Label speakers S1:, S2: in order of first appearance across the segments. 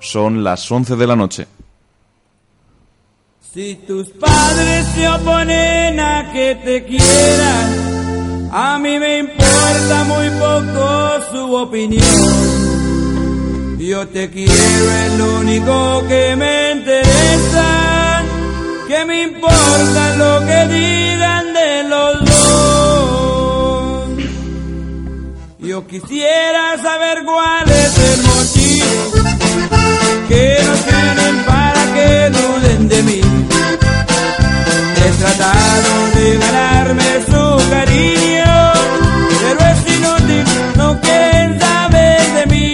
S1: Son las 11 de la noche.
S2: Si tus padres se oponen a que te quieran, a mí me importa muy poco su opinión. Yo te quiero, es lo único que me interesa, que me importa lo que digan de los dos. Yo quisiera saber cuál es el motivo que no tienen para que duden de mí. He tratado de ganarme su cariño, pero es inútil, no quieren saber de mí.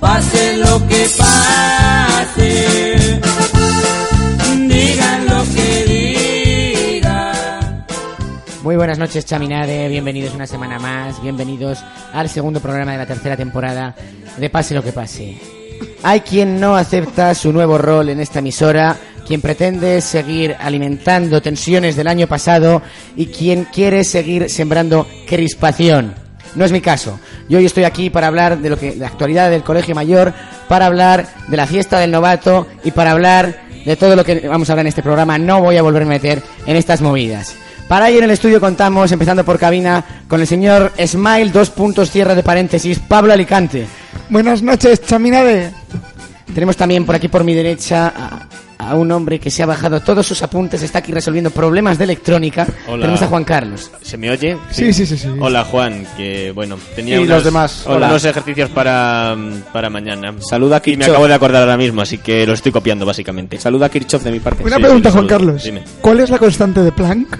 S2: Pase lo que pase, digan lo que digan.
S3: Muy buenas noches, Chaminade. Bienvenidos una semana más. Bienvenidos al segundo programa de la tercera temporada de Pase lo que pase. Hay quien no acepta su nuevo rol en esta emisora, quien pretende seguir alimentando tensiones del año pasado y quien quiere seguir sembrando crispación. No es mi caso. Yo hoy estoy aquí para hablar de lo que de la actualidad del Colegio Mayor, para hablar de la fiesta del novato y para hablar de todo lo que vamos a hablar en este programa. No voy a volverme a meter en estas movidas. Para ello en el estudio contamos, empezando por cabina, con el señor Smile, dos puntos, cierre de paréntesis, Pablo Alicante.
S4: Buenas noches, Chaminade.
S3: Tenemos también por aquí por mi derecha a, a un hombre que se ha bajado todos sus apuntes, está aquí resolviendo problemas de electrónica.
S5: Hola.
S3: Tenemos a Juan Carlos.
S5: ¿Se me oye?
S4: Sí, sí, sí, sí.
S5: Hola Juan, que bueno, tenía
S6: Y
S5: unos,
S6: los demás, hola.
S5: unos ejercicios para, para mañana.
S6: Saluda a
S5: Y me
S6: Kirchhoff.
S5: acabo de acordar ahora mismo, así que lo estoy copiando básicamente.
S6: Saluda a Kirchhoff de mi parte.
S4: Una
S5: Sí,
S4: pregunta,
S5: sí,
S4: Juan
S5: saludo.
S4: Carlos.
S5: Dime.
S4: ¿Cuál es la constante de Planck?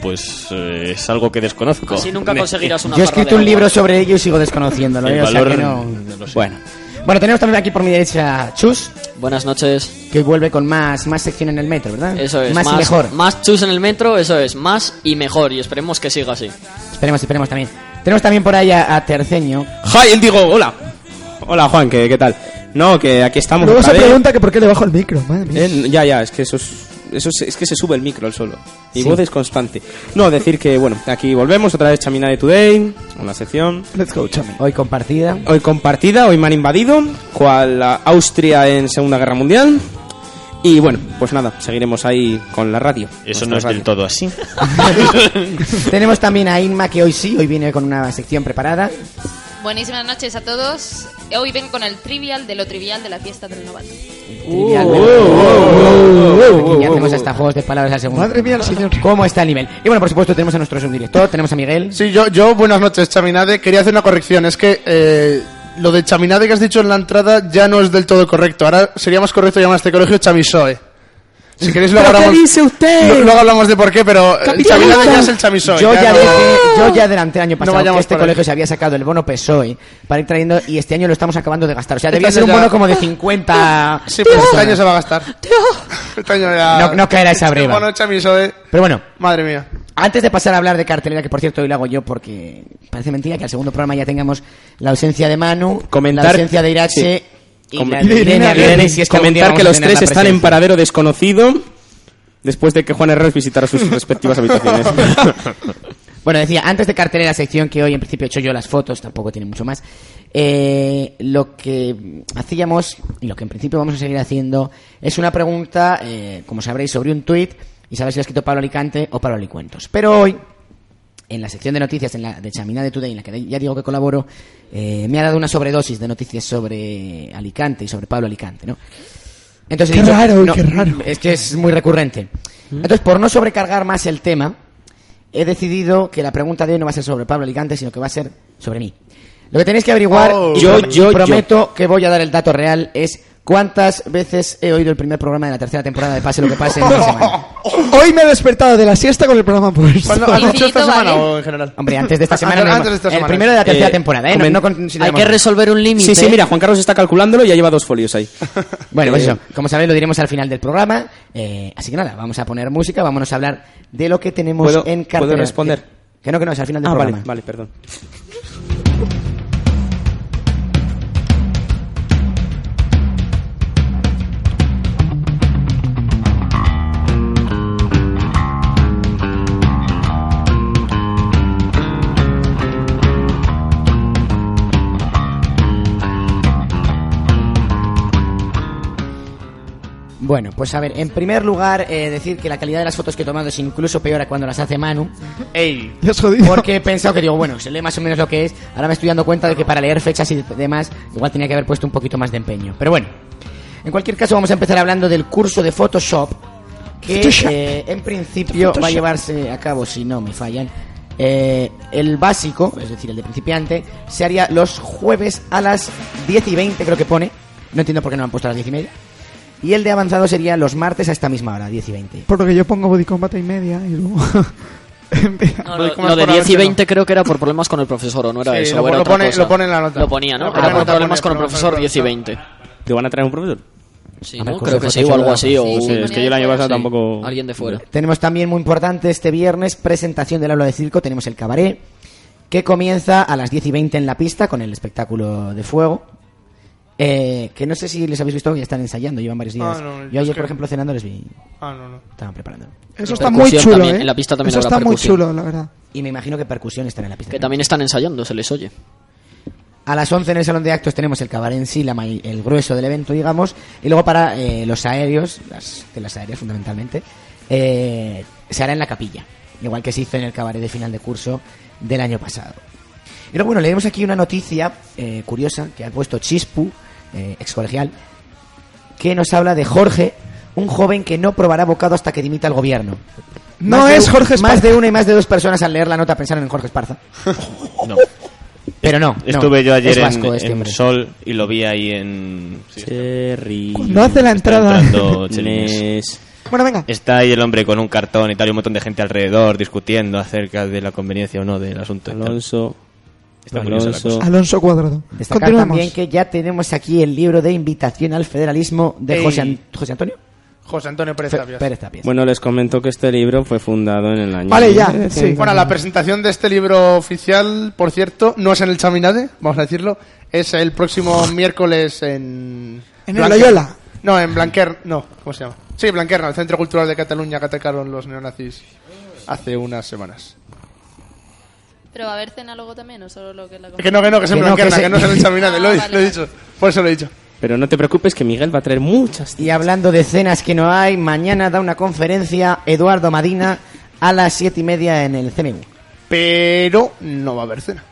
S5: Pues eh, es algo que desconozco.
S7: Así nunca
S5: Me-
S7: conseguirás una
S3: Yo he
S7: barra de
S3: escrito un
S7: agua.
S3: libro sobre ello y sigo desconociéndolo.
S5: El
S3: ¿eh? O sea
S5: valor,
S3: que no-
S5: no lo sé.
S3: Bueno. Bueno, tenemos también aquí por mi derecha a Chus,
S7: Buenas noches.
S3: que hoy vuelve con más, más sección en el metro, ¿verdad?
S7: Eso es.
S3: Más, y mejor.
S7: Más chus en el metro, eso es. Más y mejor. Y esperemos que siga así.
S3: Esperemos, esperemos también. Tenemos también por ahí a, a Terceño.
S6: ¡Hi! Él digo, hola. Hola Juan, ¿qué, qué tal? No, que aquí estamos.
S4: Luego
S6: otra
S4: se
S6: vez.
S4: pregunta que por qué le bajo el micro, madre mía.
S6: Eh, ya, ya, es que eso es, eso es, es que se sube el micro al solo. Mi
S3: Sí.
S6: voz es constante. No, decir que, bueno, aquí volvemos otra vez Chaminade Today, una sección.
S4: Let's go, Chami.
S3: Hoy compartida.
S6: Hoy compartida, hoy me han invadido, cual a Austria en Segunda Guerra Mundial. Y bueno, pues nada, seguiremos ahí con la radio.
S5: Eso
S6: Nuestra
S5: no es
S6: radio.
S5: del todo así.
S3: Tenemos también a Inma, que hoy sí, hoy viene con una sección preparada.
S8: Buenísimas noches a todos. Hoy vengo con el trivial de lo trivial de la fiesta del novato.
S7: Uh,
S3: Trivial, pero- Aquí ya hacemos hasta juegos de palabras al segundo.
S4: Madre mía, el señor.
S3: ¿Cómo está el nivel? Y bueno, por supuesto, tenemos a nuestro subdirector, tenemos a Miguel.
S9: Sí, yo, yo, buenas noches, Chaminade. Quería hacer una corrección. Es que eh, lo de Chaminade que has dicho en la entrada ya no es del todo correcto. Ahora sería más correcto llamar a este colegio Chamisoe. Si queréis, luego hablamos.
S3: usted?
S9: lo- Luego hablamos de por qué, pero eh, Chaminade ya es el Chamisoe.
S3: Yo ya,
S9: no-
S3: dije, yo ya adelanté el año pasado que
S9: vayamos
S3: este
S9: por ahí.
S3: colegio se había sacado el bono PSOE E para ir trayendo y este año lo estamos acabando de gastar. O sea, debía
S9: Entonces
S3: ser un
S9: Este ya-
S3: bono como de 50...
S9: Sí, pues este año se va a gastar. Este año ya.
S3: No- no caerá esa breva.
S9: Bueno, Chamisoe.
S3: Pero bueno,
S9: Madre mía.
S3: antes de pasar a hablar de cartelera, que por cierto hoy lo hago yo porque parece mentira que al segundo programa ya tengamos la ausencia de Manu,
S6: Comentar-
S3: la ausencia de Irache y
S6: Com-
S3: la de Irene Arribene, si es que algún día
S6: comentar
S3: vamos
S6: que
S3: a
S6: los
S3: tener
S6: tres
S3: la
S6: están en
S3: presencia.
S6: paradero desconocido después de que Juan Herrera visitara sus respectivas habitaciones.
S3: Bueno, decía, antes de cartelera, sección que hoy en principio he hecho yo las fotos, tampoco tiene mucho más. eh, lo que hacíamos y lo que en principio vamos a seguir haciendo es una pregunta, eh, como sabréis, sobre un tuit y sabéis si lo ha escrito Pablo Alicante o Pablo Alicuentos. Pero hoy, en la sección de noticias, en la de Chamina de Today, en la que ya digo que colaboro, eh, me ha dado una sobredosis de noticias sobre Alicante y sobre Pablo Alicante, ¿no? Entonces, he
S4: Qué raro,
S3: no,
S4: qué raro.
S3: Es que es muy recurrente. Entonces, por no sobrecargar más el tema, he decidido que la pregunta de hoy no va a ser sobre Pablo Alicante, sino que va a ser sobre mí. Lo que tenéis que averiguar,
S9: Oh.
S3: y
S6: Yo,
S3: pro-
S6: yo, yo.
S3: prometo que voy a dar el dato real, es cuántas veces he oído el primer programa de la tercera temporada de Pase lo que pase en una semana.
S4: Hoy me he despertado de la siesta con el programa puesto.
S9: ¿Cuándo has dicho
S8: Infinito,
S9: esta semana
S8: ¿vale?
S9: o en general? Ah,
S3: Hombre, antes de esta semana.
S9: Antes-
S3: no
S9: antes de esta
S3: el
S9: semana.
S3: primero de la tercera
S6: Eh,
S3: temporada, ¿eh? No,
S6: comen-
S3: no
S7: Hay
S3: consideramos-
S7: que resolver un límite. ¿eh?
S6: Sí, sí, mira, Juan Carlos está calculándolo y ya lleva dos folios ahí.
S3: Bueno, pues
S6: Eh,
S3: eso, como sabéis lo diremos al final del programa. eh, así que nada, vamos a poner música, vámonos a hablar de lo que tenemos
S6: ¿Puedo-
S3: en
S6: puedo
S3: cartera.
S6: responder?
S3: Que, que no, que no, es al final del
S6: Ah,
S3: programa.
S6: vale, vale, perdón.
S3: Bueno, pues a ver, en primer lugar, eh, decir que la calidad de las fotos que he tomado es incluso peor a cuando las hace Manu.
S4: Ya es jodido.
S3: Porque he pensado que digo, bueno, se lee más o menos lo que es. Ahora me estoy dando cuenta de que para leer fechas y demás, igual tenía que haber puesto un poquito más de empeño. Pero bueno, en cualquier caso, vamos a empezar hablando del curso de Photoshop. Que
S4: Photoshop.
S3: eh, en principio va a llevarse a cabo, si no me fallan, eh, el básico, es decir, el de principiante, se haría los jueves a las 10 y 20, creo que pone. No entiendo por qué no lo han puesto a las 10 y media. Y el de avanzado sería los martes a esta misma hora, 10 y 20.
S4: Porque yo pongo body combat y media y luego... Envía.
S7: No,
S9: Voy
S7: lo,
S9: con más
S7: lo de
S9: por la
S7: 10 y
S9: noche,
S7: 20 creo que era por problemas con el profesor, ¿o no era
S9: Sí,
S7: eso?
S9: lo-
S7: o era
S9: lo
S7: otra
S9: pone-
S7: cosa.
S9: lo pone en la nota.
S7: Lo ponía, ¿no?
S9: Lo
S7: Era
S9: pone en
S7: por
S9: la nota,
S7: problemas
S9: pone
S7: con el
S9: problemas
S7: profesor
S9: con el
S7: 10 y
S9: profesor.
S7: 20.
S6: ¿Te van a traer un profesor?
S7: Sí, ¿no?
S3: Ah, me
S7: Creo
S3: acuerdo
S7: que
S3: de
S7: sí, o algo
S3: Photoshop,
S7: así, o
S8: sí,
S7: un-
S8: sí,
S5: es que yo el año
S7: sí,
S5: pasado tampoco...
S7: Alguien de fuera.
S3: Tenemos también muy importante este viernes presentación del aula de circo. Tenemos el cabaret que comienza a las 10 y 20 en la pista con el espectáculo de fuego. eh, que no sé si les habéis visto que ya están ensayando, llevan varios días.
S9: Ah, no, yo
S3: Yo
S9: es
S3: ayer,
S9: que-
S3: por ejemplo, cenando les vi,
S9: Ah, no, no.
S3: estaban preparando.
S4: Eso está muy
S7: Percusión
S4: chulo,
S7: también,
S4: ¿eh?
S7: en la pista también
S4: Eso
S7: habrá
S4: está muy
S7: percusión.
S4: chulo, la verdad.
S3: Y me imagino que percusión estará en la pista.
S7: Que también están ensayando, se les oye.
S3: A las 11 en el salón de actos tenemos el cabaret en sí, la may- el grueso del evento, digamos. Y luego para eh, los aéreos, las telas aéreas fundamentalmente, eh, se hará en la capilla. Igual que se hizo en el cabaret de final de curso del año pasado. Y luego, bueno, leemos aquí una noticia eh, curiosa que ha puesto Chispu, eh, excolegial, que nos habla de Jorge, un joven que no probará bocado hasta que dimita el gobierno.
S4: No
S3: Más de
S4: es
S3: un-
S4: Jorge Esparza.
S3: Más de una y más de dos personas al leer la nota pensaron en Jorge Esparza.
S5: No.
S3: Pero no. no,
S5: Estuve yo ayer
S3: es vasco
S5: en,
S3: este
S5: en
S3: hombre.
S5: Sol y lo vi ahí en...
S6: Cherry.
S4: No hace la entrada.
S5: entrando Chelines.
S4: Bueno, venga.
S5: Está ahí el hombre con un cartón y tal, y un montón de gente alrededor discutiendo acerca de la conveniencia o no del asunto. y tal.
S6: Alonso.
S5: Está curiosa la
S6: Alonso.
S5: cosa.
S4: Alonso Cuadrado.
S3: Destacar
S4: Continuamos.
S3: Pues también que ya tenemos aquí el libro de invitación al federalismo de
S9: Ey.
S3: José, An- José Antonio
S9: José Antonio Pérez
S3: Fe-
S9: Tapias.
S3: Pérez Tapias.
S6: Bueno, les comento que este libro fue fundado en el año.
S4: Vale, ya. Sí.
S9: Eh, Bueno, la presentación de este libro oficial, por cierto, no es en el Chaminade, vamos a decirlo, es el próximo miércoles en...
S4: En el Loyola.
S9: No, en Blanquer... No, ¿cómo se llama? Sí, Blanquerna, el Centro Cultural de Cataluña que atacaron los neonazis hace unas semanas.
S8: Pero va a haber cena luego también, o solo lo que la
S9: Que no, que no, que es en
S3: Que no, que
S9: Blanquerna,
S3: se-
S9: que no es en el Chaminade,
S8: Ah,
S9: lo, he-
S8: vale,
S9: lo he
S8: vale.
S9: dicho, por eso lo he dicho.
S6: Pero no te preocupes que Miguel va a traer muchas.
S3: Y hablando de cenas que no hay, mañana da una conferencia Eduardo Madina a las siete y media en el CMU.
S9: pero no va a haber cena.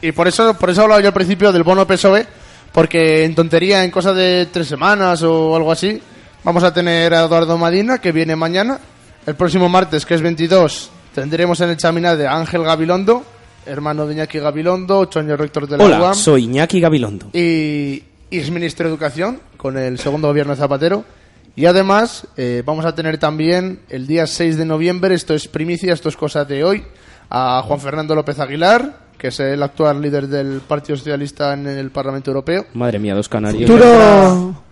S9: Y por eso, por eso hablaba yo al principio del bono PSOE, E, porque en tontería, en cosa de tres semanas o algo así, vamos a tener a Eduardo Madina, que viene mañana. El próximo martes, que es 22, tendremos en el chaminá de Ángel Gabilondo, hermano de Iñaki Gabilondo, choño rector de la
S6: Hola,
S9: UAM,
S6: soy Iñaki Gabilondo.
S9: y, y es ministro de Educación, con el segundo gobierno de Zapatero. Y además, eh, vamos a tener también el día 6 de noviembre, esto es primicia, esto es cosa de hoy, a Juan Fernando López Aguilar, que es el actual líder del Partido Socialista en el Parlamento Europeo.
S6: Madre mía, dos canarios.
S9: Pues,
S3: Pues
S4: Futuro...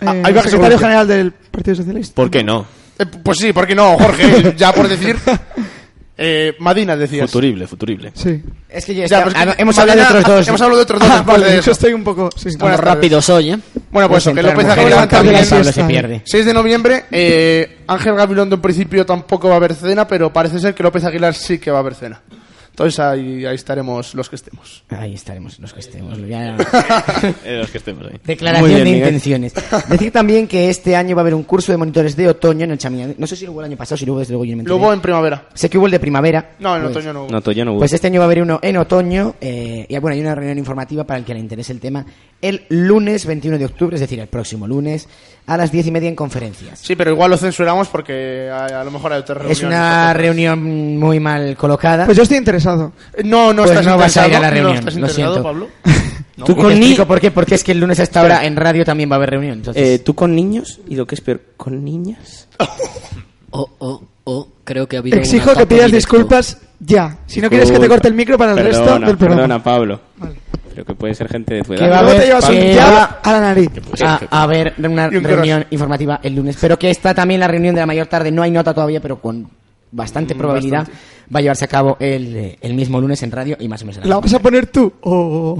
S4: eh,
S9: Ah, ahí va,
S4: Ah, secretario
S9: seguro.
S4: general del Partido Socialista.
S5: ¿Por qué no?
S9: Eh, pues sí, ¿por qué no, Jorge? Ya por decir. Eh, Madina, decías.
S5: Futurible, futurible.
S4: Sí.
S3: Es que
S9: Ya,
S3: ya está-
S9: pero es que
S3: ah, no, hemos
S9: Madina-
S3: hablado de otros dos.
S9: Hemos hablado de otros dos
S4: Ah,
S9: después
S4: vale,
S9: de
S4: yo
S9: eso.
S4: estoy un poco... sí.
S9: Buenas tardes.
S7: Rápidos hoy, ¿eh?
S9: Bueno, pues eso, que López Aguilar
S4: Levantar de la
S9: también...
S4: siesta.
S3: se pierde.
S9: 6 de noviembre, eh, Ángel Gabilondo en principio tampoco va a haber cena, pero parece ser que López Aguilar sí que va a haber cena. Entonces ahí, ahí estaremos los que estemos.
S3: Ahí estaremos los que estemos. ya-
S5: Eh, los que estemos ahí.
S3: Declaración
S6: Muy bien,
S3: de
S6: Miguel.
S3: intenciones. Decir también que este año va a haber un curso de monitores de otoño en el Chaminade. No sé si lo hubo el año pasado, si lo hubo desde luego yo no me
S9: Lo
S3: enteré.
S9: hubo en primavera.
S3: Sé que hubo el de primavera.
S9: No, en
S3: Pues- este
S9: otoño no hubo.
S6: No, tú, yo no hubo.
S3: Pues este año va a haber uno en otoño, eh, y bueno, hay una reunión informativa para el que le interese el tema el lunes 21 de octubre, es decir, el próximo lunes, a las 10 y media en conferencias.
S9: Sí, pero igual lo censuramos porque a, a lo mejor hay otra reunión.
S3: Es una reunión muy mal colocada.
S4: Pues yo estoy interesado.
S9: No, no
S3: Pues
S9: estás
S3: no vas a ir a
S9: interesado,
S3: la reunión,
S9: No estás
S3: lo
S9: interesado,
S3: siento.
S9: Pablo.
S6: Tú
S3: Y te
S6: con ni-
S3: explico por qué, porque es que el lunes a esta hora en radio también va a haber reunión. entonces-
S6: eh, tú con niños y lo que es peor, con niñas.
S7: Oh, oh, oh, creo que ha habido un
S4: Exijo que
S7: ataque
S4: pidas
S7: directo.
S4: disculpas ya. Si no quieres que te corte el micro para el resto
S6: Perdona,
S4: del programa.
S6: Perdona, Pablo. Pero que puede ser gente de tu edad.
S3: Que va a
S4: Luego te
S3: haber-
S4: llevas
S3: que
S4: un
S3: va-
S4: jab a la nariz.
S3: a, a haber una
S9: Y un
S3: reunión informativa el lunes. Pero que está también la reunión de la mayor tarde. No hay nota todavía, pero con bastante probabilidad va a llevarse a cabo el, eh, el mismo lunes en radio y más o menos. a la
S4: ¿La
S3: hora.
S4: vas a poner tú o...?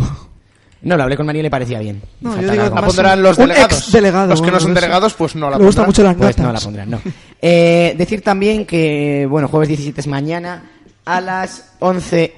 S3: No, lo hablé con María y le parecía bien.
S4: No,
S3: Falta
S4: yo digo
S3: algo.
S9: La
S4: más
S9: pondrán
S4: un-
S9: los
S4: un
S9: delegados.
S4: ex-delegado,
S9: Los que no
S4: bueno,
S9: son
S4: no sé.
S9: delegados, pues no la
S4: Le gustan
S9: pondrán.
S4: mucho las
S3: Pues no la
S4: notas.
S3: pondrán, no. Eh, decir también que, bueno, jueves 17 es mañana a las 11.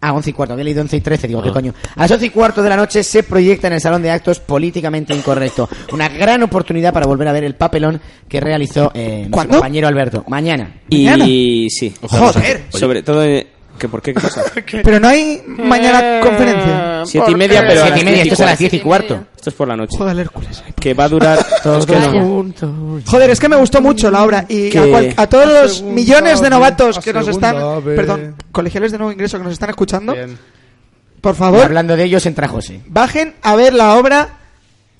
S3: Ah, 11 y cuarto, había leído 11 y 13,
S9: Ah.
S3: digo, ¿qué coño? A las 11 y cuarto de la noche se proyecta en el Salón de Actos Políticamente Incorrecto. Una gran oportunidad para volver a ver el papelón que realizó eh, nuestro
S4: ¿Cuándo?
S3: compañero Alberto. Mañana.
S6: Y sí.
S4: Joder.
S6: Sobre todo, eh, que ¿por qué? ¿Qué pasa?
S4: Pero no hay
S7: Eh,
S4: mañana
S3: Eh.
S4: conferencia.
S6: Siete y media, pero a
S3: Siete
S6: las
S3: y media,
S6: diez y
S3: esto es a las
S6: cuarto.
S3: 10 y cuarto.
S6: Esto es por la noche.
S4: Juega el Hércules.
S6: Que va a durar... es que no.
S4: Joder, es que me gustó mucho la obra y a,
S6: Que-
S4: cual- a todos
S9: A
S4: los
S9: segunda
S4: millones de
S9: vez,
S4: novatos
S9: a
S4: que nos
S9: segunda
S4: están,
S9: vez.
S4: perdón, colegiales de nuevo ingreso que nos están escuchando,
S9: Bien.
S4: por
S3: Y
S4: favor,
S3: hablando de ellos entra José.
S4: bajen a ver la obra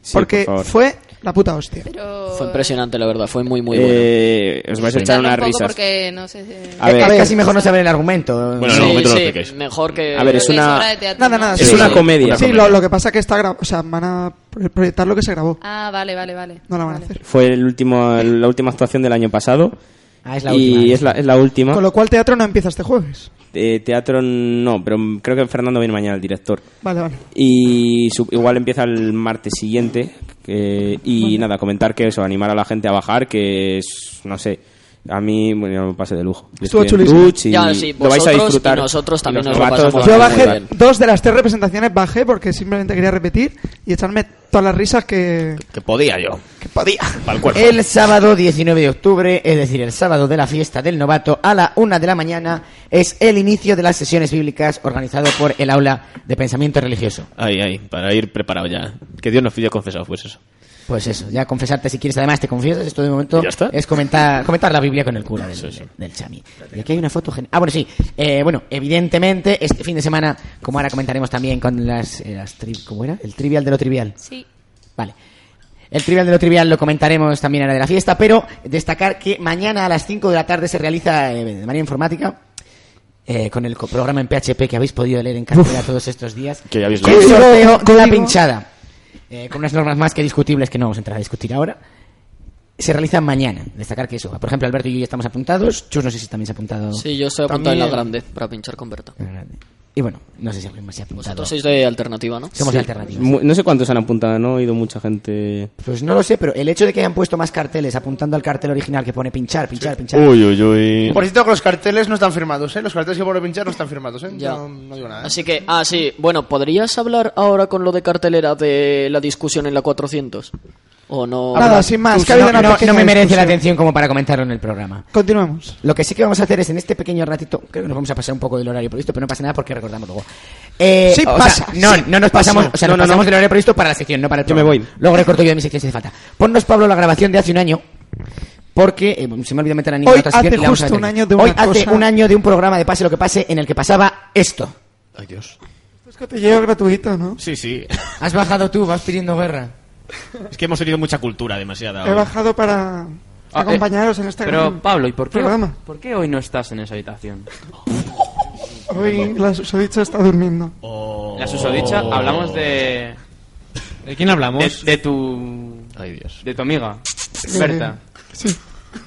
S6: Sí,
S4: porque
S6: por favor.
S4: fue la puta hostia.
S8: Pero...
S7: Fue impresionante, la verdad, fue muy, muy bueno.
S6: Eh, os vais a echar
S8: Dale
S6: unas
S8: un poco
S6: risas.
S8: Porque no sé si...
S6: A ver,
S3: Eh, casi mejor no saber el argumento.
S5: Bueno, no,
S7: sí,
S5: momento no lo
S7: sí,
S5: expliquéis.
S7: mejor que...
S6: A ver, es
S8: Porque
S6: una-
S8: obra de teatro,
S4: Nada,
S8: ¿no?
S4: nada,
S6: Es
S4: sí.
S6: una comedia.
S4: Sí, lo, lo que pasa que está gra- o sea, van a pro- proyectar lo que se grabó.
S8: Ah, vale, vale, vale.
S4: No la van a
S8: Vale.
S4: hacer.
S6: Fue el último, la última actuación del año pasado.
S3: Ah, es la
S6: y
S3: última.
S6: Es, la, es la última.
S4: Con lo cual teatro no empieza este jueves.
S6: Eh, teatro no, pero creo que Fernando viene mañana, el director.
S4: Vale, vale.
S6: Y su- igual empieza el martes siguiente. eh, y nada, comentar que eso, animar a la gente a bajar, que es, no sé, a mí bueno, me pasé de lujo. Yo
S4: Estuvo
S6: estoy en
S4: chulísimo.
S6: Tuch y
S7: Ya, sí,
S6: lo vais
S7: vosotros
S6: a
S7: y
S6: disfrutar.
S7: nosotros también nos
S6: los
S7: lo
S6: novatos
S7: pasamos
S6: lo
S4: Yo
S7: muy
S6: vais a
S4: bajé
S6: disfrutar.
S4: dos de las tres representaciones, bajé porque simplemente quería repetir y echarme todas las risas que,
S5: Que podía yo.
S4: que podía.
S5: Para el cuerpo.
S3: El sábado 19 de octubre, es decir, el sábado de la fiesta del novato a la una de la mañana, es el inicio de las sesiones bíblicas organizado por el Aula de Pensamiento Religioso.
S5: Ay, ay, para ir preparado ya. Que Dios nos pide confesado, pues eso.
S3: Pues eso, ya confesarte si quieres, además te confiesas, esto de momento
S5: ¿Y ya está?
S3: es comentar, comentar la Biblia con el cura del, del chami. Y aquí hay una foto... gen- Ah, bueno, sí, eh, bueno, evidentemente este fin de semana, como ahora comentaremos también con las... eh, las tri- ¿Cómo era? El trivial de lo trivial.
S8: Sí.
S3: Vale. El trivial de lo trivial lo comentaremos también ahora de la fiesta, pero destacar que mañana a las 5 de la tarde se realiza eh, de manera informática eh, con el co- programa en PHP que habéis podido leer en cartera todos estos días.
S5: Que ya habéis
S3: El
S4: leído.
S3: sorteo de la
S4: Código.
S3: pinchada. eh, con unas normas más que discutibles que no vamos a entrar a discutir ahora. Se realiza mañana. Destacar que eso. Por ejemplo, Alberto y yo ya estamos apuntados. Chus no sé si también se ha apuntado.
S7: Sí, yo estoy apuntado en la grande para pinchar con Berta.
S3: Y bueno, no sé si alguien más se ha apuntado.
S7: Vosotros sois de alternativa, ¿no?
S3: Somos alternativos.
S6: Mu- No sé cuántos han apuntado, no he oído mucha gente.
S3: Pues no lo sé, pero el hecho de que hayan puesto más carteles apuntando al cartel original que pone pinchar, pinchar, pinchar.
S5: Uy, uy, uy.
S9: Por cierto, que los carteles no están firmados, ¿eh? Los carteles que por pinchar no están firmados, ¿eh?
S7: Ya.
S9: No, no digo nada. ¿eh?
S7: Así que, ah, sí, bueno, ¿podrías hablar ahora con lo de cartelera de la discusión en la 400? ¿O no?
S4: Nada, sin más.
S3: Pues
S4: que ha
S3: no,
S4: habido una
S3: no-
S4: pequeña
S3: no me merece la
S4: discusión.
S3: atención como para comentarlo en el programa.
S4: Continuamos.
S3: Lo que sí que vamos a hacer es en este pequeño ratito, creo que nos vamos a pasar un poco del horario previsto, pero no pasa nada porque recordamos luego. Eh,
S4: Sí,
S3: o
S4: pasa,
S3: sea, no,
S4: sí,
S3: no nos
S4: pasa.
S3: pasamos, o sea,
S4: No,
S3: nos
S4: no,
S3: pasamos del horario previsto para la sección, no para el
S6: Yo me
S3: programa.
S6: voy.
S3: Luego recorto yo de mi sección si hace falta. Ponnos, Pablo, la grabación de hace un año. Porque eh, se me olvidó meter a ninguna
S4: Hoy
S3: otra sección
S4: hace
S3: y la vamos a
S4: justo un
S3: meter.
S4: año de
S3: Hoy
S4: una
S3: hace
S4: cosa-
S3: un año de un programa de Pase lo que pase en el que pasaba esto.
S5: Ay, Dios.
S4: Es cotilleo gratuito, ¿no?
S5: Sí, sí.
S3: Has bajado tú, vas pidiendo guerra.
S5: Es que hemos tenido mucha cultura, demasiada.
S4: He bajado para
S1: Ah, eh,
S4: acompañaros en este
S1: Pero,
S4: gran
S1: Pablo, ¿y por qué,
S4: programa.
S1: por qué hoy no estás en esa habitación?
S4: Hoy la susodicha está durmiendo.
S5: Oh.
S1: La susodicha, hablamos de...
S5: ¿De quién hablamos?
S1: De, de tu...
S5: Ay, Dios.
S1: De tu amiga, Berta.
S4: Eh,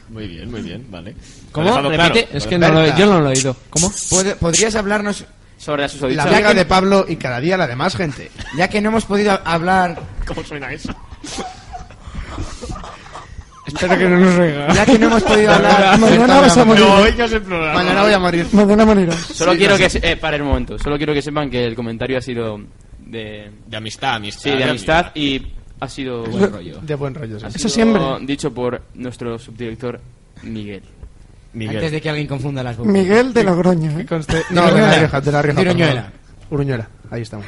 S5: Muy bien, muy bien, vale.
S10: ¿Cómo?
S5: Lo he dejado
S10: Repite.
S5: claro.
S10: es que no lo he- yo no lo he oído. ¿Cómo?
S3: ¿Podrías hablarnos
S1: Sobre la
S9: La
S1: susodicha.
S9: amiga de Pablo y cada día la de más gente.
S3: Ya que no hemos podido hablar,
S5: ¿Cómo suena eso?
S10: Espero que no nos oiga.
S3: ya que no hemos podido hablar,
S4: Mañana vas a morir.
S5: No, ellos el programa.
S9: Mañana voy a morir.
S4: Mañana morirás.
S1: Solo quiero que... se- eh, para el momento. Solo quiero que sepan que el comentario ha sido de...
S5: De amistad, amistad.
S1: Sí, de amistad y ha sido... Buen rollo.
S9: De buen rollo, sí.
S4: Eso siempre.
S1: Dicho por nuestro subdirector Miguel.
S5: Miguel.
S3: Antes de que alguien confunda las voces.
S4: Miguel de Logroño, ¿eh?
S9: No, de la
S3: Uruñuela.
S9: Rioja, de la Rioja.
S3: De
S9: perdón.
S3: Uruñuela.
S9: Uruñuela. Ahí estamos.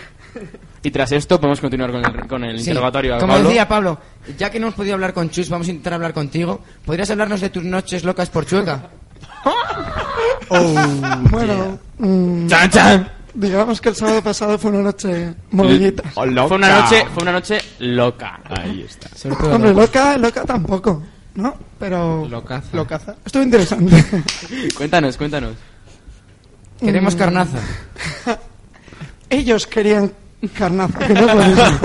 S1: Y tras esto podemos continuar con el, con el
S3: Sí.
S1: interrogatorio a
S3: Como
S1: Pablo.
S3: decía Pablo, ya que no hemos podido hablar con Chus, vamos a intentar hablar contigo. ¿Podrías hablarnos de tus noches locas por Chueca?
S4: Oh, Bueno, mm,
S1: Oh, Chan, chan.
S4: digamos que el sábado pasado fue una noche movidita.
S5: Oh,
S1: Fue una noche, fue una noche loca. Ahí está.
S4: Hombre, loca, loca tampoco, ¿no? Pero
S1: Locaza.
S4: locaza. Estuvo interesante.
S1: Cuéntanos, cuéntanos.
S4: Mm. Ellos querían carnaza. que no podían.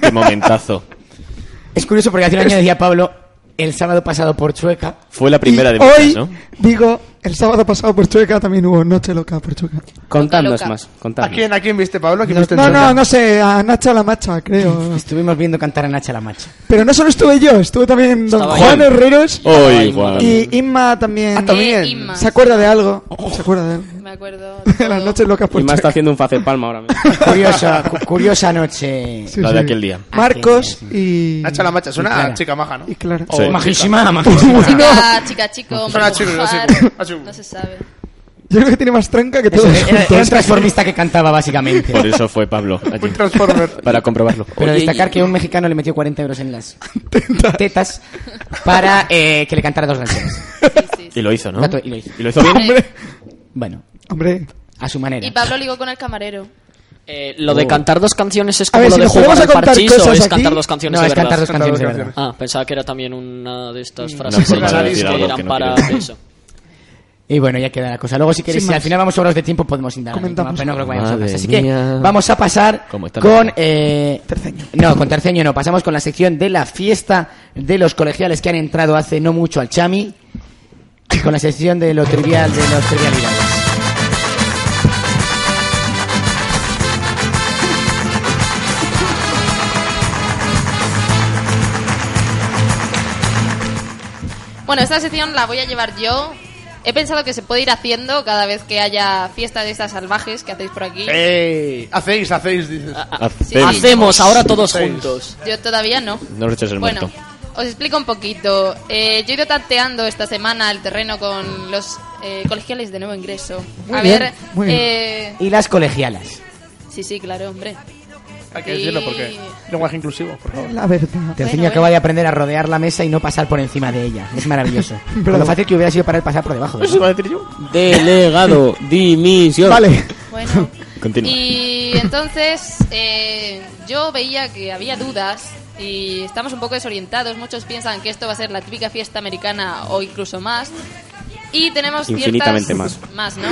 S5: Qué momentazo.
S3: Es curioso porque hace un año decía Pablo, el sábado pasado por Chueca.
S5: Fue la primera de
S4: Hoy
S5: muchas, ¿no?
S4: digo, el sábado pasado por Chueca también hubo noche loca por Chueca.
S6: Contadnos
S4: Loca.
S6: más,
S9: ¿A
S6: contadnos.
S9: quién, ¿A quién viste, Pablo? ¿A quién viste en
S4: No,
S9: Chueca?
S4: no, no sé, a Nacha la Macha, creo.
S3: Estuvimos viendo cantar a Nacha la Macha.
S4: Pero no solo estuve yo, estuvo también don
S3: Estaba
S4: Juan
S3: Juan.
S4: Herreros.
S3: Oh, igual.
S4: Y Inma también.
S8: Ah, también. Eh, Inma.
S4: ¿Se acuerda de algo?
S3: Oh.
S4: ¿Se acuerda de algo?
S8: Me acuerdo.
S4: De las noches locas por
S6: Y más
S4: Chueca.
S6: está haciendo un face palma ahora mismo.
S3: Curiosa, cu- curiosa noche.
S4: Sí, La de sí. aquel
S5: día.
S4: Marcos y.
S9: Nacha la Macha, es una
S4: y Clara.
S9: chica maja, ¿no?
S4: Y Clara.
S9: O chica.
S3: Oh,
S8: Chica, chica, chico, hombre,
S9: Suena chico,
S8: mujer, no se sabe.
S4: Yo creo que tiene más tranca que
S3: Eso,
S4: todos.
S3: era, era un
S4: juntos.
S3: transformista que cantaba básicamente.
S5: Por eso fue Pablo. allí. Para comprobarlo.
S3: Pero
S5: Oye,
S3: destacar
S5: y-
S3: que un mexicano le metió 40 euros en las tetas para eh, que le cantara dos canciones.
S5: Y lo hizo, ¿no?
S3: Dato- y lo hizo.
S5: bien.
S8: Hombre.
S3: Bueno.
S4: Hombre.
S3: A su manera.
S8: Y Pablo ligó con el camarero.
S7: Eh, lo de
S3: Oh.
S7: cantar dos canciones es
S3: A
S7: como
S3: ver,
S7: lo
S3: si
S7: de
S3: nos
S7: jugar
S3: ponemos a
S7: al
S3: contar
S7: parchís o
S3: cosas
S7: es
S3: aquí-
S7: cantar dos canciones
S3: No,
S7: de
S3: es
S7: verdad.
S3: cantar dos Cantar canciones dos de verdad.
S7: Ah, pensaba que era también una de estas
S6: Mm.
S3: Una
S7: frases
S3: forma de
S7: hechas
S3: decir
S7: que
S3: algo
S7: eran
S3: que no
S7: para
S3: quiero.
S7: eso.
S3: Y bueno, ya queda la cosa. Luego, si queréis,
S7: Sin
S3: si al
S7: más.
S3: final vamos sobrados de tiempo, podemos indagar. en el tema,
S4: Comentamos.
S3: Pero no creo que vayamos a
S5: Madre
S3: más. Así que
S5: mía.
S3: vamos a pasar
S5: ¿Cómo está
S3: con... eh, No, con Terceño no. Pasamos con la sección de la fiesta de los colegiales que han entrado hace no mucho al Chami. Y con la sección de lo trivial de las trivialidades.
S8: Bueno, esta sección la voy a llevar yo. He pensado que se puede ir haciendo cada vez que haya fiesta de estas salvajes que hacéis por aquí.
S9: ¡Ey! Hacéis, hacéis, dices.
S8: sí. Hacemos, ahora todos
S9: Hacéis.
S8: juntos. Yo todavía no.
S5: No lo eches el
S8: Bueno,
S5: muerto.
S8: os explico un poquito. Eh, yo he ido tanteando esta semana el terreno con los eh, colegiales de nuevo ingreso.
S3: Muy
S8: a
S3: bien,
S8: ver,
S3: muy bien.
S8: eh,
S3: Y las colegialas.
S8: sí, sí, claro, hombre.
S9: Hay que decirlo porque. Lenguaje inclusivo, por favor.
S4: La verdad.
S3: Terceño acaba de aprender a rodear la mesa y no pasar por encima de ella. Es maravilloso. Con
S4: Bravo.
S3: lo fácil que hubiera sido para él pasar por debajo. ¿verdad?
S4: Eso iba a decir yo.
S5: Delegado, dimisión.
S4: Vale.
S8: Bueno.
S5: Continúa.
S8: Y entonces eh, yo veía que había dudas y estamos un poco desorientados. Muchos piensan que esto va a ser la típica fiesta americana o incluso más. Y tenemos ciertas-
S6: Infinitamente más.
S8: Más, ¿no?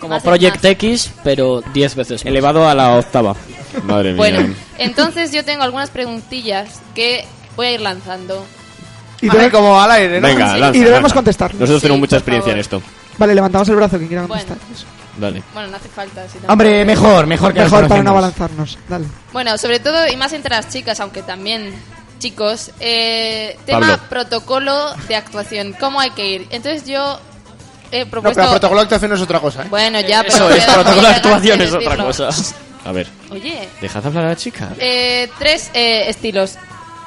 S7: Como Project X, pero 10 veces más.
S6: Elevado a la octava. Madre
S8: Bueno, entonces yo tengo algunas preguntillas que voy a ir lanzando.
S4: Y
S9: Así
S4: debemos-
S9: como al aire, ¿no?
S5: Venga, lanza,
S4: y debemos
S5: lanza.
S4: contestarlo.
S5: Nosotros tenemos mucha experiencia en esto.
S4: Vale, levantamos el brazo que quiera contestar.
S5: Dale.
S8: Bueno, no hace falta. si tampoco-
S3: Hombre, mejor, mejor que
S4: Mejor
S3: nos
S4: para no
S3: conocemos.
S4: abalanzarnos. Dale.
S8: Bueno, sobre todo y más entre las chicas, aunque también chicos. eh, tema
S9: Pablo.
S8: protocolo de actuación. ¿Cómo hay que ir? Entonces yo he
S9: No, pero
S8: propuesto.
S9: el protocolo de actuación es otra cosa, ¿eh?
S8: Bueno, ya.
S9: Eso
S8: pero-
S9: es, protocolo de actuación
S5: es otra
S8: decirlo.
S5: cosa. A ver.
S8: Oye,
S5: Dejad hablar a la chica.
S8: eh, tres eh, estilos.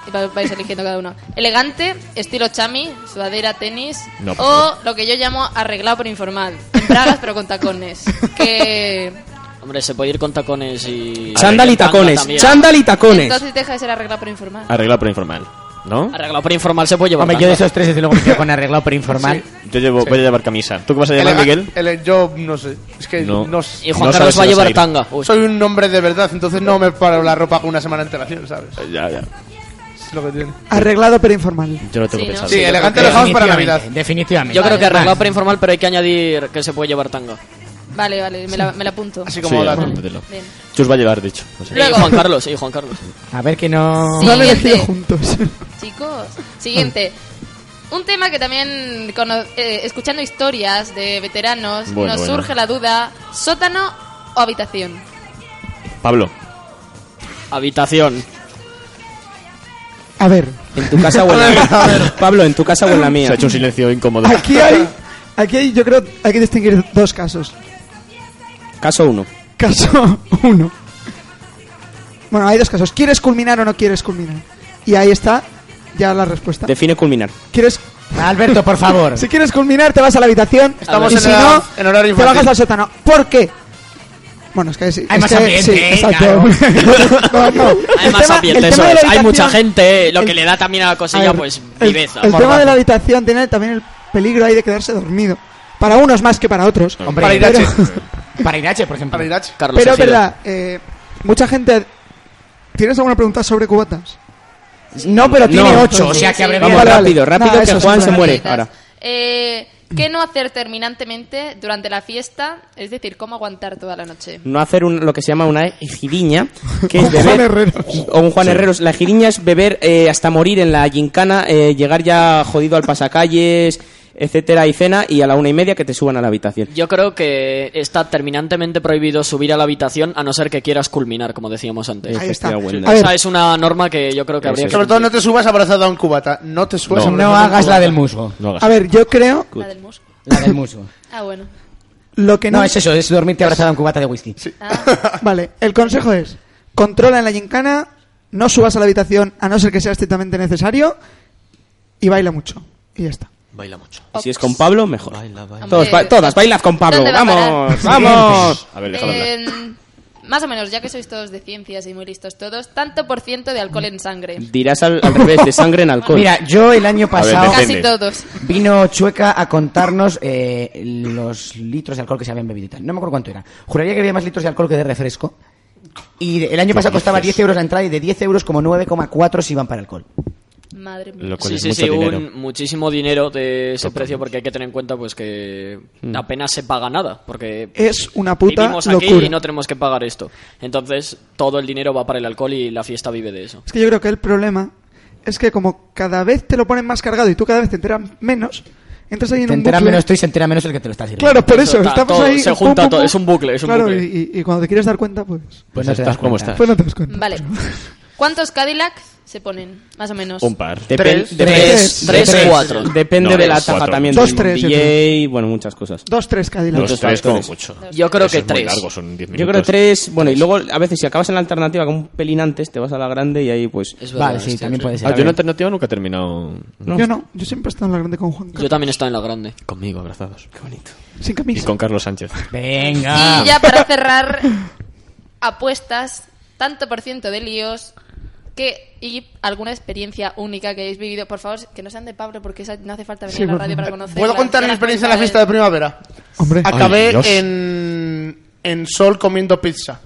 S8: Y va- Vais eligiendo cada uno. Elegante, estilo chami, sudadera, tenis.
S5: No, por
S8: o lo que yo llamo arreglado por informal. En bragas pero con tacones. Que.
S7: Hombre, se puede ir con tacones y...
S5: Chándal y
S7: tanga
S5: tacones,
S7: también.
S5: chándal y
S8: Entonces deja de ser arreglado por informal.
S5: Arreglado por informal. ¿No?
S7: Arreglado por informal se puede llevar
S3: Hombre, yo de esos tres, desde luego, me quedo con arreglado por informal.
S5: Yo llevo, voy a llevar camisa. ¿Tú qué vas a llevar,
S9: Elega-
S5: Miguel?
S9: ele- yo no sé. Es que
S5: No.
S9: no,
S5: Y Juan No Carlos sabes si va a vas llevar a ir. tanga.
S9: Soy un hombre de verdad, entonces no me paro la ropa con una semana de antelación, ¿sabes?
S5: Ya, ya.
S9: Es lo que tiene.
S4: Arreglado pero informal.
S5: Yo no
S9: tengo Sí, ¿no? pensado. Sí, elegante lo dejamos para
S3: Definitivamente,
S9: Navidad.
S3: Definitivamente.
S7: Yo creo que
S3: Vale.
S7: arreglado por informal, pero hay que añadir que se puede llevar tanga.
S8: Vale, vale, me la, me la apunto.
S9: Así
S5: Sí,
S8: la
S5: apúntatelo. Chus va a llevar, de hecho. No sé.
S7: Y Juan Carlos, y Juan Carlos.
S3: A ver que no...
S8: No han Siguiente. elegido
S4: juntos.
S8: Chicos, siguiente. Un tema que también, cono- eh, escuchando historias de veteranos,
S5: Bueno,
S8: nos
S5: bueno.
S8: surge la duda, ¿sótano o habitación?
S5: Pablo.
S7: Habitación.
S4: A ver.
S6: En tu casa o en la mía. Pablo, en tu casa o en la mía.
S5: Se ha hecho un silencio incómodo.
S4: Aquí hay, aquí hay, yo creo, hay que distinguir dos casos.
S6: Caso 1.
S4: Caso uno. Bueno, hay dos casos. ¿Quieres culminar o no quieres culminar? Y ahí está ya la respuesta.
S6: Define culminar.
S4: ¿Quieres?
S3: Alberto, por favor.
S4: si quieres culminar, te vas a la habitación.
S9: Estamos
S4: y
S9: en
S4: si
S9: hora-
S4: no,
S9: en horario
S4: te bajas
S9: infantil.
S4: al sótano. ¿Por qué? Bueno, es que es,
S7: Hay
S4: es
S7: más
S4: que-
S7: ambiente,
S4: sí, exacto. No, no.
S7: Hay
S4: El
S7: más
S4: tema-
S7: ambiente,
S4: el
S7: eso
S4: tema de
S7: es.
S4: la
S7: Hay mucha
S4: habitación-
S7: gente, eh, lo
S4: el-
S7: que le da también a la
S4: A
S7: cosilla,
S4: ver,
S7: pues
S4: el-
S7: viveza.
S4: El, tema
S7: mordaza.
S4: de la habitación tiene también el peligro ahí de quedarse dormido. Para unos más que para otros.
S3: Hombre,
S4: Pero-
S3: Para Irache, por ejemplo. Para
S9: Irache.
S3: Carlos
S4: Pero es verdad, eh, mucha gente. ¿Tienes alguna pregunta sobre cubatas?
S3: No, pero tiene ocho, o sea que
S4: habrá
S3: habría-
S6: Vamos,
S3: Vale, vale.
S6: rápido, rápido,
S4: Nada,
S6: que
S4: eso,
S6: Juan se
S4: simplemente.
S6: muere ahora.
S8: Eh, ¿Qué no hacer terminantemente durante la fiesta? Es decir, ¿cómo aguantar toda la noche?
S6: no hacer un- lo que se llama una ejiriña, que es beber... O un Juan
S5: Sí.
S6: Herreros. La ejiriña es beber eh, hasta morir en la gincana, eh, llegar ya jodido al pasacalles, etcétera, y cena, y a la una y media que te suban a la habitación.
S7: Yo creo que está terminantemente prohibido subir a la habitación a no ser que quieras culminar, como decíamos antes.
S6: Ahí está. Efectivamente. A
S7: Esa
S6: ver.
S7: es una norma que yo creo que habría que
S9: Sobre todo no te subas abrazado a un cubata. No te subas
S3: No.
S9: abrazado
S3: No
S9: a un
S3: hagas la
S9: cubata.
S3: del musgo. No hagas.
S4: A ver, yo creo.
S8: ¿La del musgo?
S3: La del musgo.
S8: Ah, bueno.
S4: Lo que no.
S3: No, es eso, eh. es dormirte abrazado en cubata de whisky.
S8: Ah.
S4: Vale, el consejo es: controla en la gincana, no subas a la habitación a no ser que sea estrictamente necesario y baila mucho. Y ya está.
S6: Baila mucho. si es con Pablo, mejor. Todos
S8: Hombre.
S6: ba- todas, bailad con Pablo.
S8: ¿Dónde va a
S6: Vamos,
S8: parar?
S6: vamos. A ver,
S5: Pues
S8: Eh, más o menos, ya que sois todos de ciencias y muy listos todos, tanto por ciento de alcohol en sangre.
S6: Dirás al, al revés, de sangre en alcohol.
S3: Mira, yo el año pasado
S8: Casi todos.
S3: vino Chueca a contarnos eh, los litros de alcohol que se habían bebido y tal. No me acuerdo cuánto era. Juraría que había más litros de alcohol que de refresco. Y de- el año pasado costaba 10 euros la entrada y de 10 euros como 9,4 se iban para alcohol.
S8: Madre mía.
S5: Lo cual
S7: Sí,
S5: es
S7: sí,
S5: mucho
S7: sí,
S5: dinero.
S7: un muchísimo dinero de ese precio porque hay que tener en cuenta pues que
S5: Hmm.
S7: apenas se paga nada porque
S4: Es una puta
S7: vivimos aquí
S4: locura.
S7: y no tenemos que pagar esto. Entonces, todo el dinero va para el alcohol y la fiesta vive de eso.
S4: Es que yo creo que el problema es que como cada vez te lo ponen más cargado y tú cada vez te enteras menos, entras ahí en
S3: Te
S4: un
S3: entera
S4: bucle.
S3: menos tú y se entera menos el que te lo está sirviendo.
S4: Claro, por
S7: Eso
S4: eso,
S7: está
S4: estamos
S7: todo-
S4: ahí.
S7: se
S4: pum,
S7: junta
S4: pum,
S7: todo,
S4: pum.
S7: es un bucle, es un
S4: Claro,
S7: bucle.
S4: Y, y- y cuando te quieres dar cuenta, pues.
S3: Pues no te das cuenta.
S4: Pues no te das cuenta.
S8: Vale. ¿Cuántos Cadillac se ponen? Más o menos.
S5: par.
S6: Depen-
S4: Tres.
S6: de-
S4: Tres.
S6: tres,
S4: Tres.
S6: cuatro. Depende
S4: No,
S6: de la
S4: tres,
S6: taja
S4: cuatro.
S6: también.
S4: Dos,
S6: del
S4: tres, yo
S6: DJ, bueno, muchas cosas.
S4: Dos, tres Cadillac.
S6: Muchos
S4: Dos, tres, como
S6: factores.
S4: mucho.
S6: Yo creo
S5: Eso
S6: que
S5: es muy
S6: tres.
S5: largo, son diez
S6: Yo creo
S5: minutos.
S6: tres. Bueno, y luego a veces si acabas en la alternativa con un pelín antes, te vas a la grande y ahí pues.
S7: verdad, Vale, sí, sí, también sí. puede ser.
S6: Ah,
S7: A ver.
S6: alternativa nunca he terminado.
S4: Yo no, yo siempre he estado en la grande con Juan Carlos.
S7: Yo también estoy en la grande.
S5: Conmigo, abrazados. Qué bonito.
S4: Sin camisa.
S5: Y con Carlos Sánchez.
S3: Venga.
S8: Y ya para cerrar, apuestas, tanto por ciento de líos que, y alguna experiencia única que hayáis vivido. Por favor, que no sean de Pablo, porque esa no hace falta venir
S9: Sí,
S8: a la
S9: por
S8: radio
S9: favor.
S8: para conocerla.
S9: ¿Puedo contar
S8: Ya
S9: mi
S8: la
S9: experiencia en
S8: cuenta
S9: la fiesta de primavera?
S4: Hombre.
S9: Acabé
S4: Ay, Dios.
S9: en, en Sol comiendo pizza.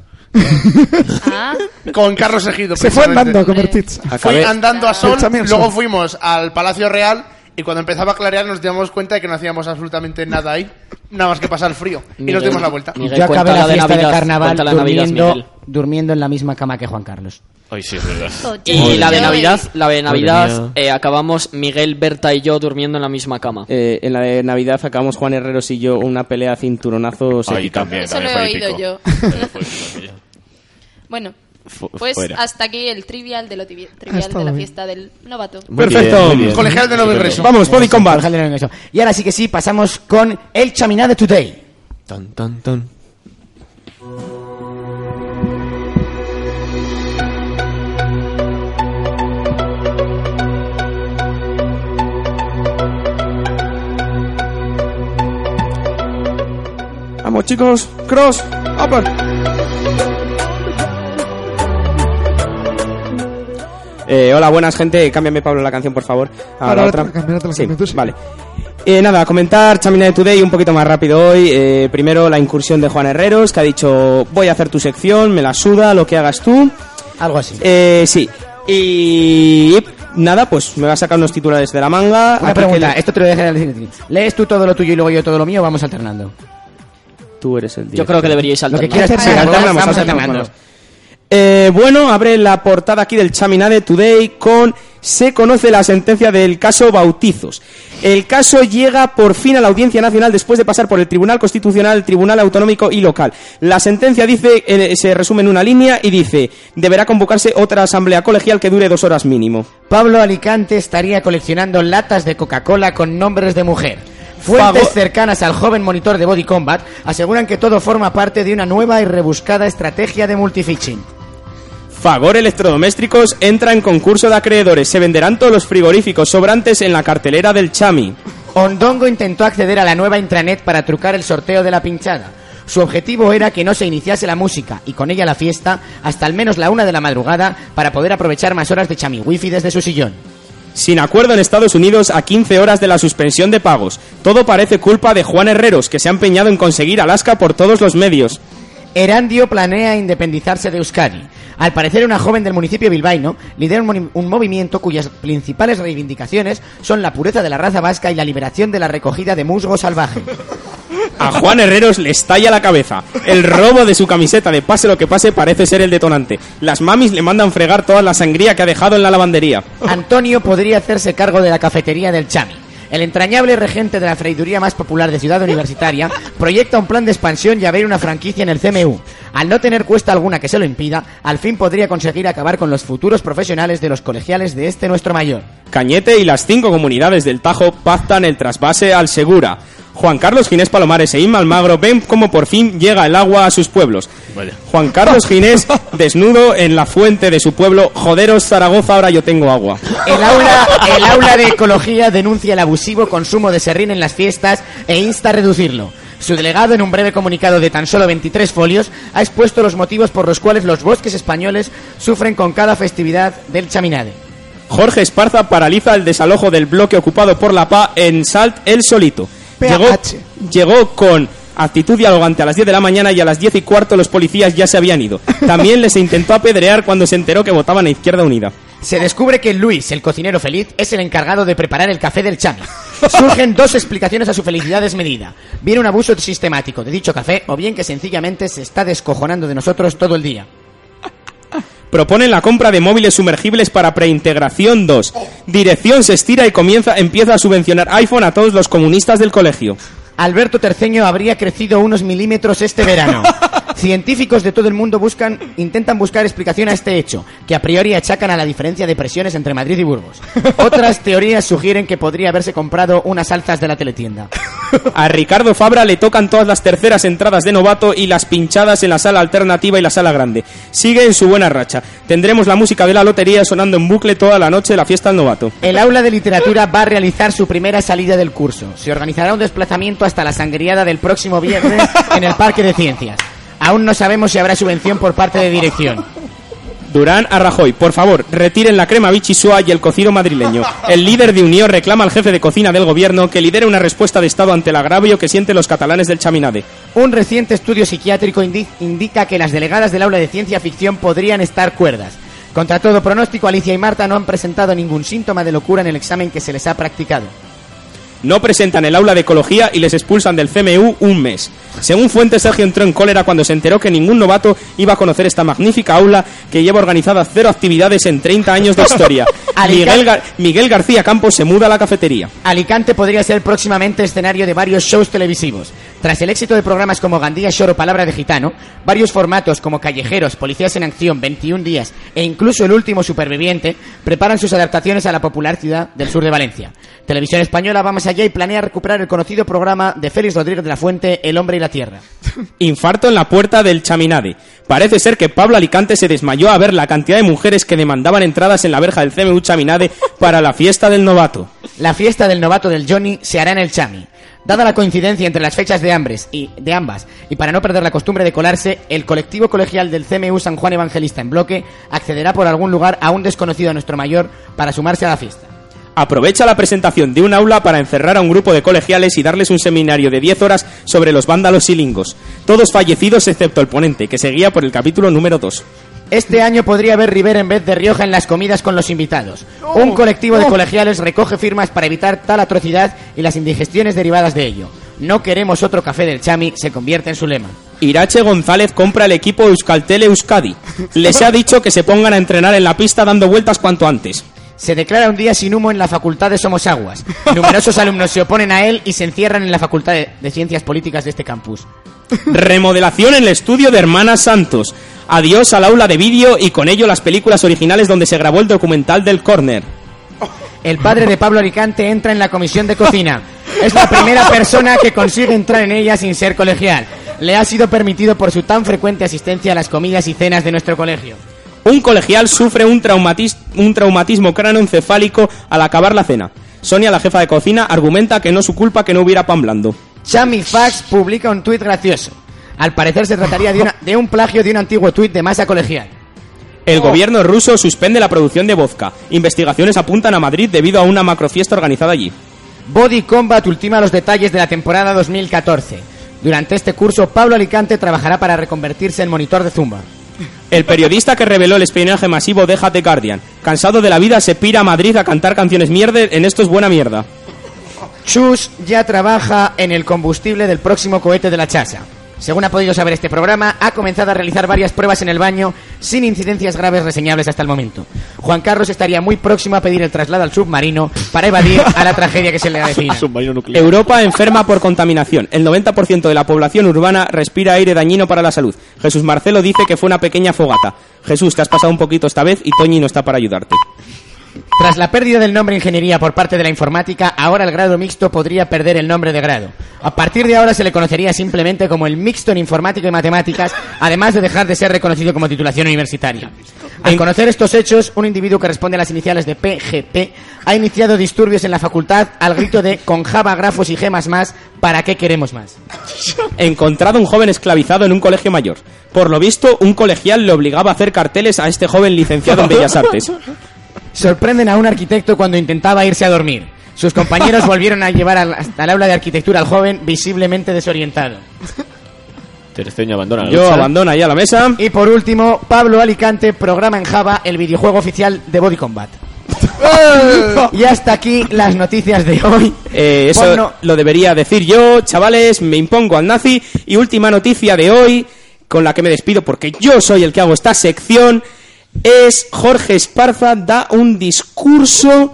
S8: Ah.
S9: Con Carlos Ejido.
S4: Se fue
S9: precisamente.
S4: andando a comer pizza.
S9: Fui andando a Sol,
S4: Pizza Mirasol.
S9: luego fuimos al Palacio Real y cuando empezaba a clarear nos dimos cuenta de que no hacíamos absolutamente nada ahí, nada más que pasar frío. Y nos
S7: Miguel,
S9: dimos la vuelta.
S3: Yo acabé la,
S7: la de
S3: fiesta de,
S7: Navidad,
S3: carnaval
S7: cuenta la Navidad,
S3: durmiendo,
S7: Miguel.
S3: durmiendo en la misma cama que Juan Carlos.
S5: Ay, sí, es verdad.
S7: Y la de Navidad, la de
S5: Madre
S7: Navidad
S5: mía.
S7: eh, acabamos Miguel, Berta y yo durmiendo en la misma cama.
S6: Eh, en la de Navidad sacamos Juan Herreros y yo una pelea a cinturonazos.
S5: Ay,
S6: épica.
S5: también,
S8: Eso también lo he fue oído épico. Bueno,
S6: Fu-
S8: pues
S6: fuera.
S8: hasta aquí el trivial de lo tibi-
S4: Ha
S8: trivial
S4: estado
S8: de la
S4: bien.
S8: fiesta del novato.
S6: Perfecto. Colegial de no
S3: Estupendo.
S6: ingreso. Vamos, Pony
S3: Eso,
S6: Combat.
S3: colegial de no ingreso. Y ahora sí que sí, pasamos con el chaminade today.
S5: Tan, tan, tan.
S6: Vamos, chicos. Cross. upper. Eh, hola, buenas gente. Cámbiame, Pablo, la canción, por favor. A
S4: Ahora
S6: la
S4: otra.
S6: otra.
S4: Cambiar, otra,
S6: Sí, vale. Eh, nada, comentar Chamina de Today un poquito más rápido hoy. Eh, primero, la incursión de Juan Herreros, que ha dicho: Voy a hacer tu sección, me la suda, lo que hagas tú.
S3: Algo así.
S6: Eh, sí. Y. Nada, pues me va a sacar unos titulares de la manga.
S3: Una
S6: Aquí
S3: pregunta,
S6: que-
S3: esto te lo dejaré al decir. ¿Lees tú todo lo tuyo y luego yo todo lo mío o vamos alternando?
S6: Tú eres el
S7: Yo creo que deberíais
S3: Lo
S7: alternar.
S3: que quieras
S6: Sí,
S3: alternamos,
S6: alternamos,
S3: vamos
S6: alternamos.
S3: alternando.
S6: Eh, bueno, abre la portada aquí del Chaminade Today con se conoce la sentencia del caso Bautizos. El caso llega por fin a la Audiencia Nacional después de pasar por el Tribunal Constitucional, el Tribunal Autonómico y local. La sentencia dice, eh, se resume en una línea y dice, deberá convocarse otra asamblea colegial que dure dos horas mínimo.
S3: Pablo Alicante estaría coleccionando latas de Coca-Cola con nombres de mujer. Fuentes
S6: Fago-
S3: cercanas al joven monitor de Body Combat aseguran que todo forma parte de una nueva y rebuscada estrategia de multifishing.
S6: Fagor Electrodomésticos entra en concurso de acreedores. Se venderán todos los frigoríficos sobrantes en la cartelera del Chami.
S3: Ondongo intentó acceder a la nueva intranet para trucar el sorteo de la pinchada. Su objetivo era que no se iniciase la música y con ella la fiesta hasta al menos la una de la madrugada para poder aprovechar más horas de chami wifi desde su sillón.
S6: Sin acuerdo en Estados Unidos a 15 horas de la suspensión de pagos. Todo parece culpa de Juan Herreros, que se ha empeñado en conseguir Alaska por todos los medios.
S3: Erandio planea independizarse de Euskadi. Al parecer, una joven del municipio bilbaíno lidera un, moni- un movimiento cuyas principales reivindicaciones son la pureza de la raza vasca y la liberación de la recogida de musgo salvaje.
S6: A Juan Herreros le estalla la cabeza. El robo de su camiseta de pase lo que pase parece ser el detonante. Las mamis le mandan fregar toda la sangría que ha dejado en la lavandería.
S3: Antonio podría hacerse cargo de la cafetería del Chami. El entrañable regente de la freiduría más popular de Ciudad Universitaria proyecta un plan de expansión y abrir una franquicia en el CMU. Al no tener cuesta alguna que se lo impida, al fin podría conseguir acabar con los futuros profesionales de los colegiales de este nuestro mayor.
S6: Cañete y las cinco comunidades del Tajo pactan el trasvase al Segura. Juan Carlos Ginés Palomares e Inma Almagro ven cómo por fin llega el agua a sus pueblos. Juan Carlos Ginés, desnudo en la fuente de su pueblo, joderos Zaragoza, ahora yo tengo agua.
S3: El aula, el aula de ecología denuncia el abusivo consumo de serrín en las fiestas e insta a reducirlo. Su delegado, en un breve comunicado de tan solo 23 folios, ha expuesto los motivos por los cuales los bosques españoles sufren con cada festividad del Chaminade.
S6: Jorge Esparza paraliza el desalojo del bloque ocupado por la PA en Salt el Solito. Llegó, llegó con actitud dialogante a las 10 de la mañana y a las 10 y cuarto los policías ya se habían ido. También les intentó apedrear cuando se enteró que votaban a Izquierda Unida.
S3: Se descubre que Luis, el cocinero feliz, es el encargado de preparar el café del Chami. Surgen dos explicaciones a su felicidad desmedida. Bien un abuso sistemático de dicho café o bien que sencillamente se está descojonando de nosotros todo el día.
S6: Proponen la compra de móviles sumergibles para preintegración 2. Dirección se estira y comienza, empieza a subvencionar iPhone a todos los comunistas del colegio.
S3: Alberto Terceño habría crecido unos milímetros este verano. Científicos de todo el mundo buscan, intentan buscar explicación a este hecho, que a priori achacan a la diferencia de presiones entre Madrid y Burgos. Otras teorías sugieren que podría haberse comprado unas alzas de la teletienda.
S6: A Ricardo Fabra le tocan todas las terceras entradas de novato y las pinchadas en la sala alternativa y la sala grande. Sigue en su buena racha. Tendremos la música de la lotería sonando en bucle toda la noche de la fiesta del novato.
S3: El aula de literatura va a realizar su primera salida del curso. Se organizará un desplazamiento hasta la sangriada del próximo viernes en el Parque de Ciencias. Aún no sabemos si habrá subvención por parte de dirección.
S6: Durán a Rajoy, por favor, retiren la crema bichisua y el cocido madrileño. El líder de Unión reclama al jefe de cocina del gobierno que lidere una respuesta de Estado ante el agravio que sienten los catalanes del Chaminade.
S3: Un reciente estudio psiquiátrico indi- indica que las delegadas del aula de ciencia ficción podrían estar cuerdas. Contra todo pronóstico, Alicia y Marta no han presentado ningún síntoma de locura en el examen que se les ha practicado.
S6: No presentan el aula de ecología y les expulsan del CMU un mes. Según fuentes, Sergio entró en cólera cuando se enteró que ningún novato iba a conocer esta magnífica aula que lleva organizadas cero actividades en 30 años de historia.
S3: Alicante.
S6: Miguel, Gar- Miguel García Campos se muda a la cafetería.
S3: Alicante podría ser próximamente escenario de varios shows televisivos. Tras el éxito de programas como Gandía Shore o Palabra de Gitano, varios formatos como Callejeros, Policías en Acción, 21 Días e incluso El Último Superviviente preparan sus adaptaciones a la popular ciudad del sur de Valencia. Televisión Española va más allá y planea recuperar el conocido programa de Félix Rodríguez de la Fuente, El Hombre y la Tierra.
S6: Infarto en la puerta del Chaminade. Parece ser que Pablo Alicante se desmayó a ver la cantidad de mujeres que demandaban entradas en la verja del CMU Chaminade para la fiesta del novato.
S3: La fiesta del novato del Johnny se hará en el Chami. Dada la coincidencia entre las fechas de, hambres y, de ambas, y para no perder la costumbre de colarse, el colectivo colegial del CMU San Juan Evangelista en bloque accederá por algún lugar a un desconocido a nuestro mayor para sumarse a la fiesta.
S6: Aprovecha la presentación de un aula para encerrar a un grupo de colegiales y darles un seminario de 10 horas sobre los vándalos y lingos. Todos fallecidos excepto el ponente, que seguía por el capítulo número 2.
S3: Este año podría haber Rivera en vez de Rioja en las comidas con los invitados. Un colectivo de colegiales recoge firmas para evitar tal atrocidad y las indigestiones derivadas de ello. No queremos otro café del Chami, se convierte en su lema.
S6: Irache González compra el equipo Euskaltel Euskadi. Les ha dicho que se pongan a entrenar en la pista dando vueltas cuanto antes.
S3: Se declara un día sin humo en la Facultad de Somos Aguas. Numerosos alumnos se oponen a él y se encierran en la Facultad de, de Ciencias Políticas de este campus.
S6: Remodelación en el estudio de Hermanas Santos. Adiós al aula de vídeo y con ello las películas originales donde se grabó el documental del Corner.
S3: El padre de Pablo Alicante entra en la comisión de cocina. Es la primera persona que consigue entrar en ella sin ser colegial. Le ha sido permitido por su tan frecuente asistencia a las comidas y cenas de nuestro colegio.
S6: Un colegial sufre un, traumatis- un traumatismo cranoencefálico al acabar la cena. Sonia, la jefa de cocina, argumenta que no es su culpa que no hubiera pan blando.
S3: Chami Fax publica un tuit gracioso. Al parecer se trataría de, una- de un plagio de un antiguo tuit de masa colegial.
S6: El gobierno ruso suspende la producción de vodka. Investigaciones apuntan a Madrid debido a una macrofiesta organizada allí.
S3: Body Combat ultima los detalles de la temporada 2014. Durante este curso, Pablo Alicante trabajará para reconvertirse en monitor de zumba.
S6: El periodista que reveló el espionaje masivo deja The Guardian. Cansado de la vida, se pira a Madrid a cantar canciones mierde. En esto es buena mierda.
S3: Chus ya trabaja en el combustible del próximo cohete de la chasa. Según ha podido saber este programa, ha comenzado a realizar varias pruebas en el baño sin incidencias graves reseñables hasta el momento. Juan Carlos estaría muy próximo a pedir el traslado al submarino para evadir a la tragedia que se le avecina.
S6: Europa enferma por contaminación. El 90% de la población urbana respira aire dañino para la salud. Jesús Marcelo dice que fue una pequeña fogata. Jesús, te has pasado un poquito esta vez y Toñi no está para ayudarte.
S3: Tras la pérdida del nombre ingeniería por parte de la informática, ahora el grado mixto podría perder el nombre de grado. A partir de ahora se le conocería simplemente como el mixto en informática y matemáticas, además de dejar de ser reconocido como titulación universitaria. Al conocer estos hechos, un individuo que responde a las iniciales de PGP ha iniciado disturbios en la facultad al grito de con Java, grafos y gemas más, ¿para qué queremos más?
S6: Encontrado un joven esclavizado en un colegio mayor. Por lo visto, un colegial le obligaba a hacer carteles a este joven licenciado en Bellas Artes.
S3: Sorprenden a un arquitecto cuando intentaba irse a dormir. Sus compañeros volvieron a llevar al, al aula de arquitectura al joven visiblemente desorientado.
S5: Terceño abandona la
S6: Yo
S5: lucha.
S6: abandona ya la mesa.
S3: Y por último, Pablo Alicante programa en Java el videojuego oficial de Body Combat. y hasta aquí las noticias de hoy.
S6: Eh, eso
S3: Ponlo-
S6: lo debería decir yo, chavales, me impongo al nazi. Y última noticia de hoy, con la que me despido porque yo soy el que hago esta sección, es Jorge Esparza da un discurso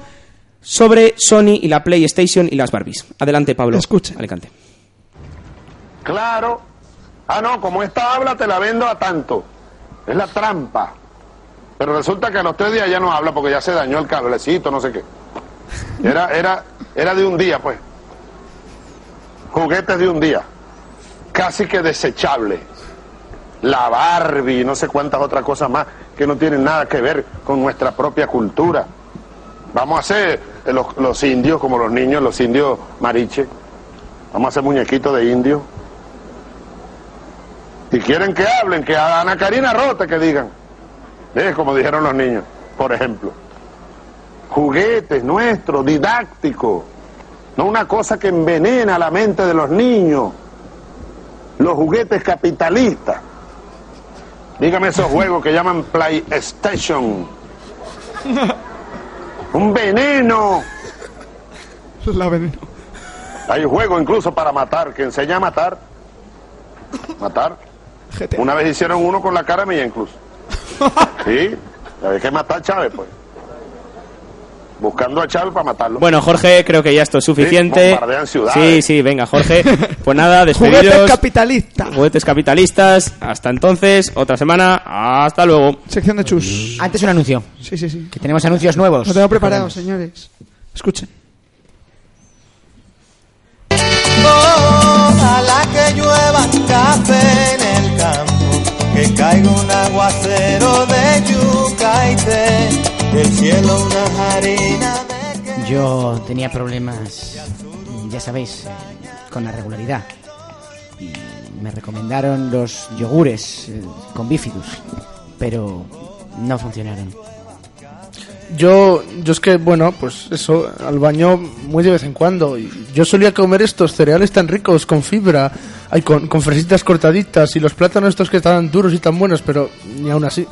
S6: sobre Sony y la PlayStation y las Barbies. Adelante, Pablo. Escucha. Alicante.
S11: Claro. Ah, no, como esta habla te la vendo a tanto. Es la trampa. Pero resulta que a los tres días ya no habla porque ya se dañó el cablecito, no sé qué. Era, era, era de un día, pues. Juguetes de un día. Casi que desechable. La Barbie y no sé cuántas otras cosas más que no tienen nada que ver con nuestra propia cultura. Vamos a hacer eh, los, los indios como los niños, los indios mariche. Vamos a hacer muñequitos de indios. Si quieren que hablen, que a Ana Karina Rota que digan. ¿Ves? Como dijeron los niños, por ejemplo. Juguetes nuestros, didácticos. No una cosa que envenena la mente de los niños. Los juguetes capitalistas. Dígame esos juegos que llaman PlayStation. Un veneno.
S4: La veneno.
S11: Hay juego incluso para matar, que enseña a matar. Matar. Una vez hicieron uno con la cara mía incluso. Sí, había que matar a Chávez, pues. Buscando a Chávez para matarlo.
S6: Bueno, Jorge, creo que ya esto es suficiente.
S11: bombardean ciudades.
S6: Sí, sí, venga, Jorge. Pues nada, despedidos.
S4: Juguetes capitalistas.
S6: Juguetes capitalistas. Hasta entonces, otra semana. Hasta luego.
S4: Sección de chus.
S3: Antes un anuncio.
S4: Sí, sí, sí.
S3: Que tenemos anuncios nuevos.
S4: Lo tengo preparado, señores. Escuchen.
S12: Ojalá que llueva café en el campo, que caiga un aguacero de yuca y té, del cielo una harina.
S3: Yo tenía problemas, ya sabéis, eh, con la regularidad. Y me recomendaron los yogures eh, con bifidus, pero no funcionaron.
S9: Yo, yo es que, bueno, pues eso, al baño muy de vez en cuando. Y Yo solía comer estos cereales tan ricos, con fibra, ay, con, con fresitas cortaditas y los plátanos estos que estaban duros y tan buenos, pero ni aún así.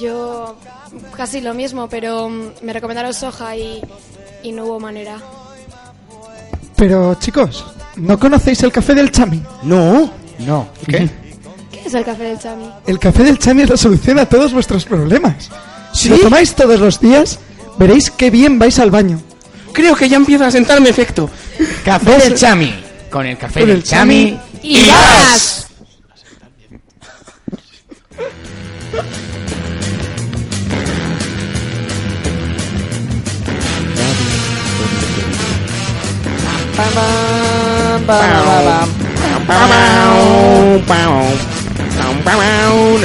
S13: Yo casi lo mismo, pero mm, me recomendaron soja y, y no hubo manera.
S4: Pero chicos, ¿no conocéis el café del chami? No.
S3: No.
S4: ¿Qué?
S13: ¿Qué es el café del chami?
S4: El café del chami es la solución a todos vuestros problemas. Si lo tomáis todos los días, veréis qué bien vais al baño.
S6: Creo que ya empieza a sentarme efecto.
S3: Café del chami. Con el café
S4: Con
S3: del
S4: el
S3: chami.
S4: chami.
S3: ¡Y vas!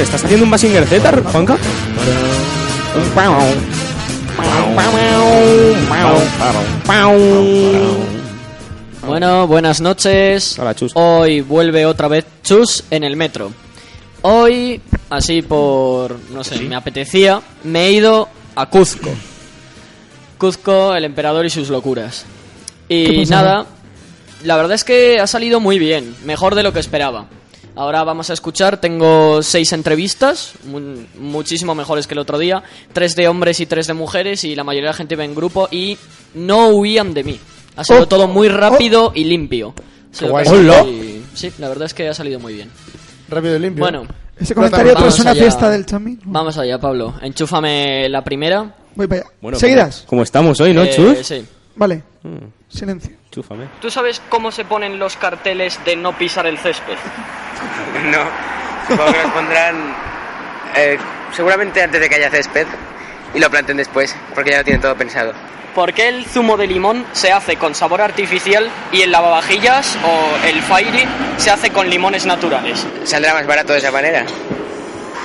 S6: ¿Estás haciendo un Basinger Z, Juanca?
S5: ¿ah?
S7: Bueno, buenas noches. Hoy vuelve otra vez Chus en el metro. Hoy, así por, no sé, me apetecía, me he ido a Cuzco. Cuzco, el emperador y sus locuras.
S14: ¿Qué
S7: Y
S14: pasaba?
S7: nada, la verdad es que ha salido muy bien, mejor de lo que esperaba. Ahora vamos a escuchar, tengo seis entrevistas, mu- muchísimo mejores que el otro día, tres de hombres y tres de mujeres y la mayoría de la gente iba en grupo y no huían de mí. Ha sido
S6: Oh.
S7: todo muy rápido y limpio.
S6: Qué
S7: lo
S6: guay.
S7: que ha sido
S6: Hola.
S7: y- Sí, la verdad es que ha salido muy bien.
S9: Rápido y limpio.
S7: Bueno.
S4: Ese comentario
S7: Vamos
S4: tras una
S7: allá.
S4: fiesta del Chamín.
S7: Vamos allá, Pablo. Enchúfame la primera.
S4: Voy para allá.
S7: Bueno,
S4: ¿Seguidas?
S5: Como estamos hoy, ¿no,
S7: Eh,
S5: Chus?
S7: sí.
S4: Vale. Silencio.
S5: Chúfame.
S7: ¿Tú sabes cómo se ponen los carteles de no pisar el césped?
S15: No, supongo que los pondrán eh, seguramente antes de que haya césped y lo planten después, porque ya lo tienen todo pensado.
S7: ¿Por qué el zumo de limón se hace con sabor artificial y el lavavajillas o el fairy se hace con limones naturales?
S15: Saldrá más barato de esa manera.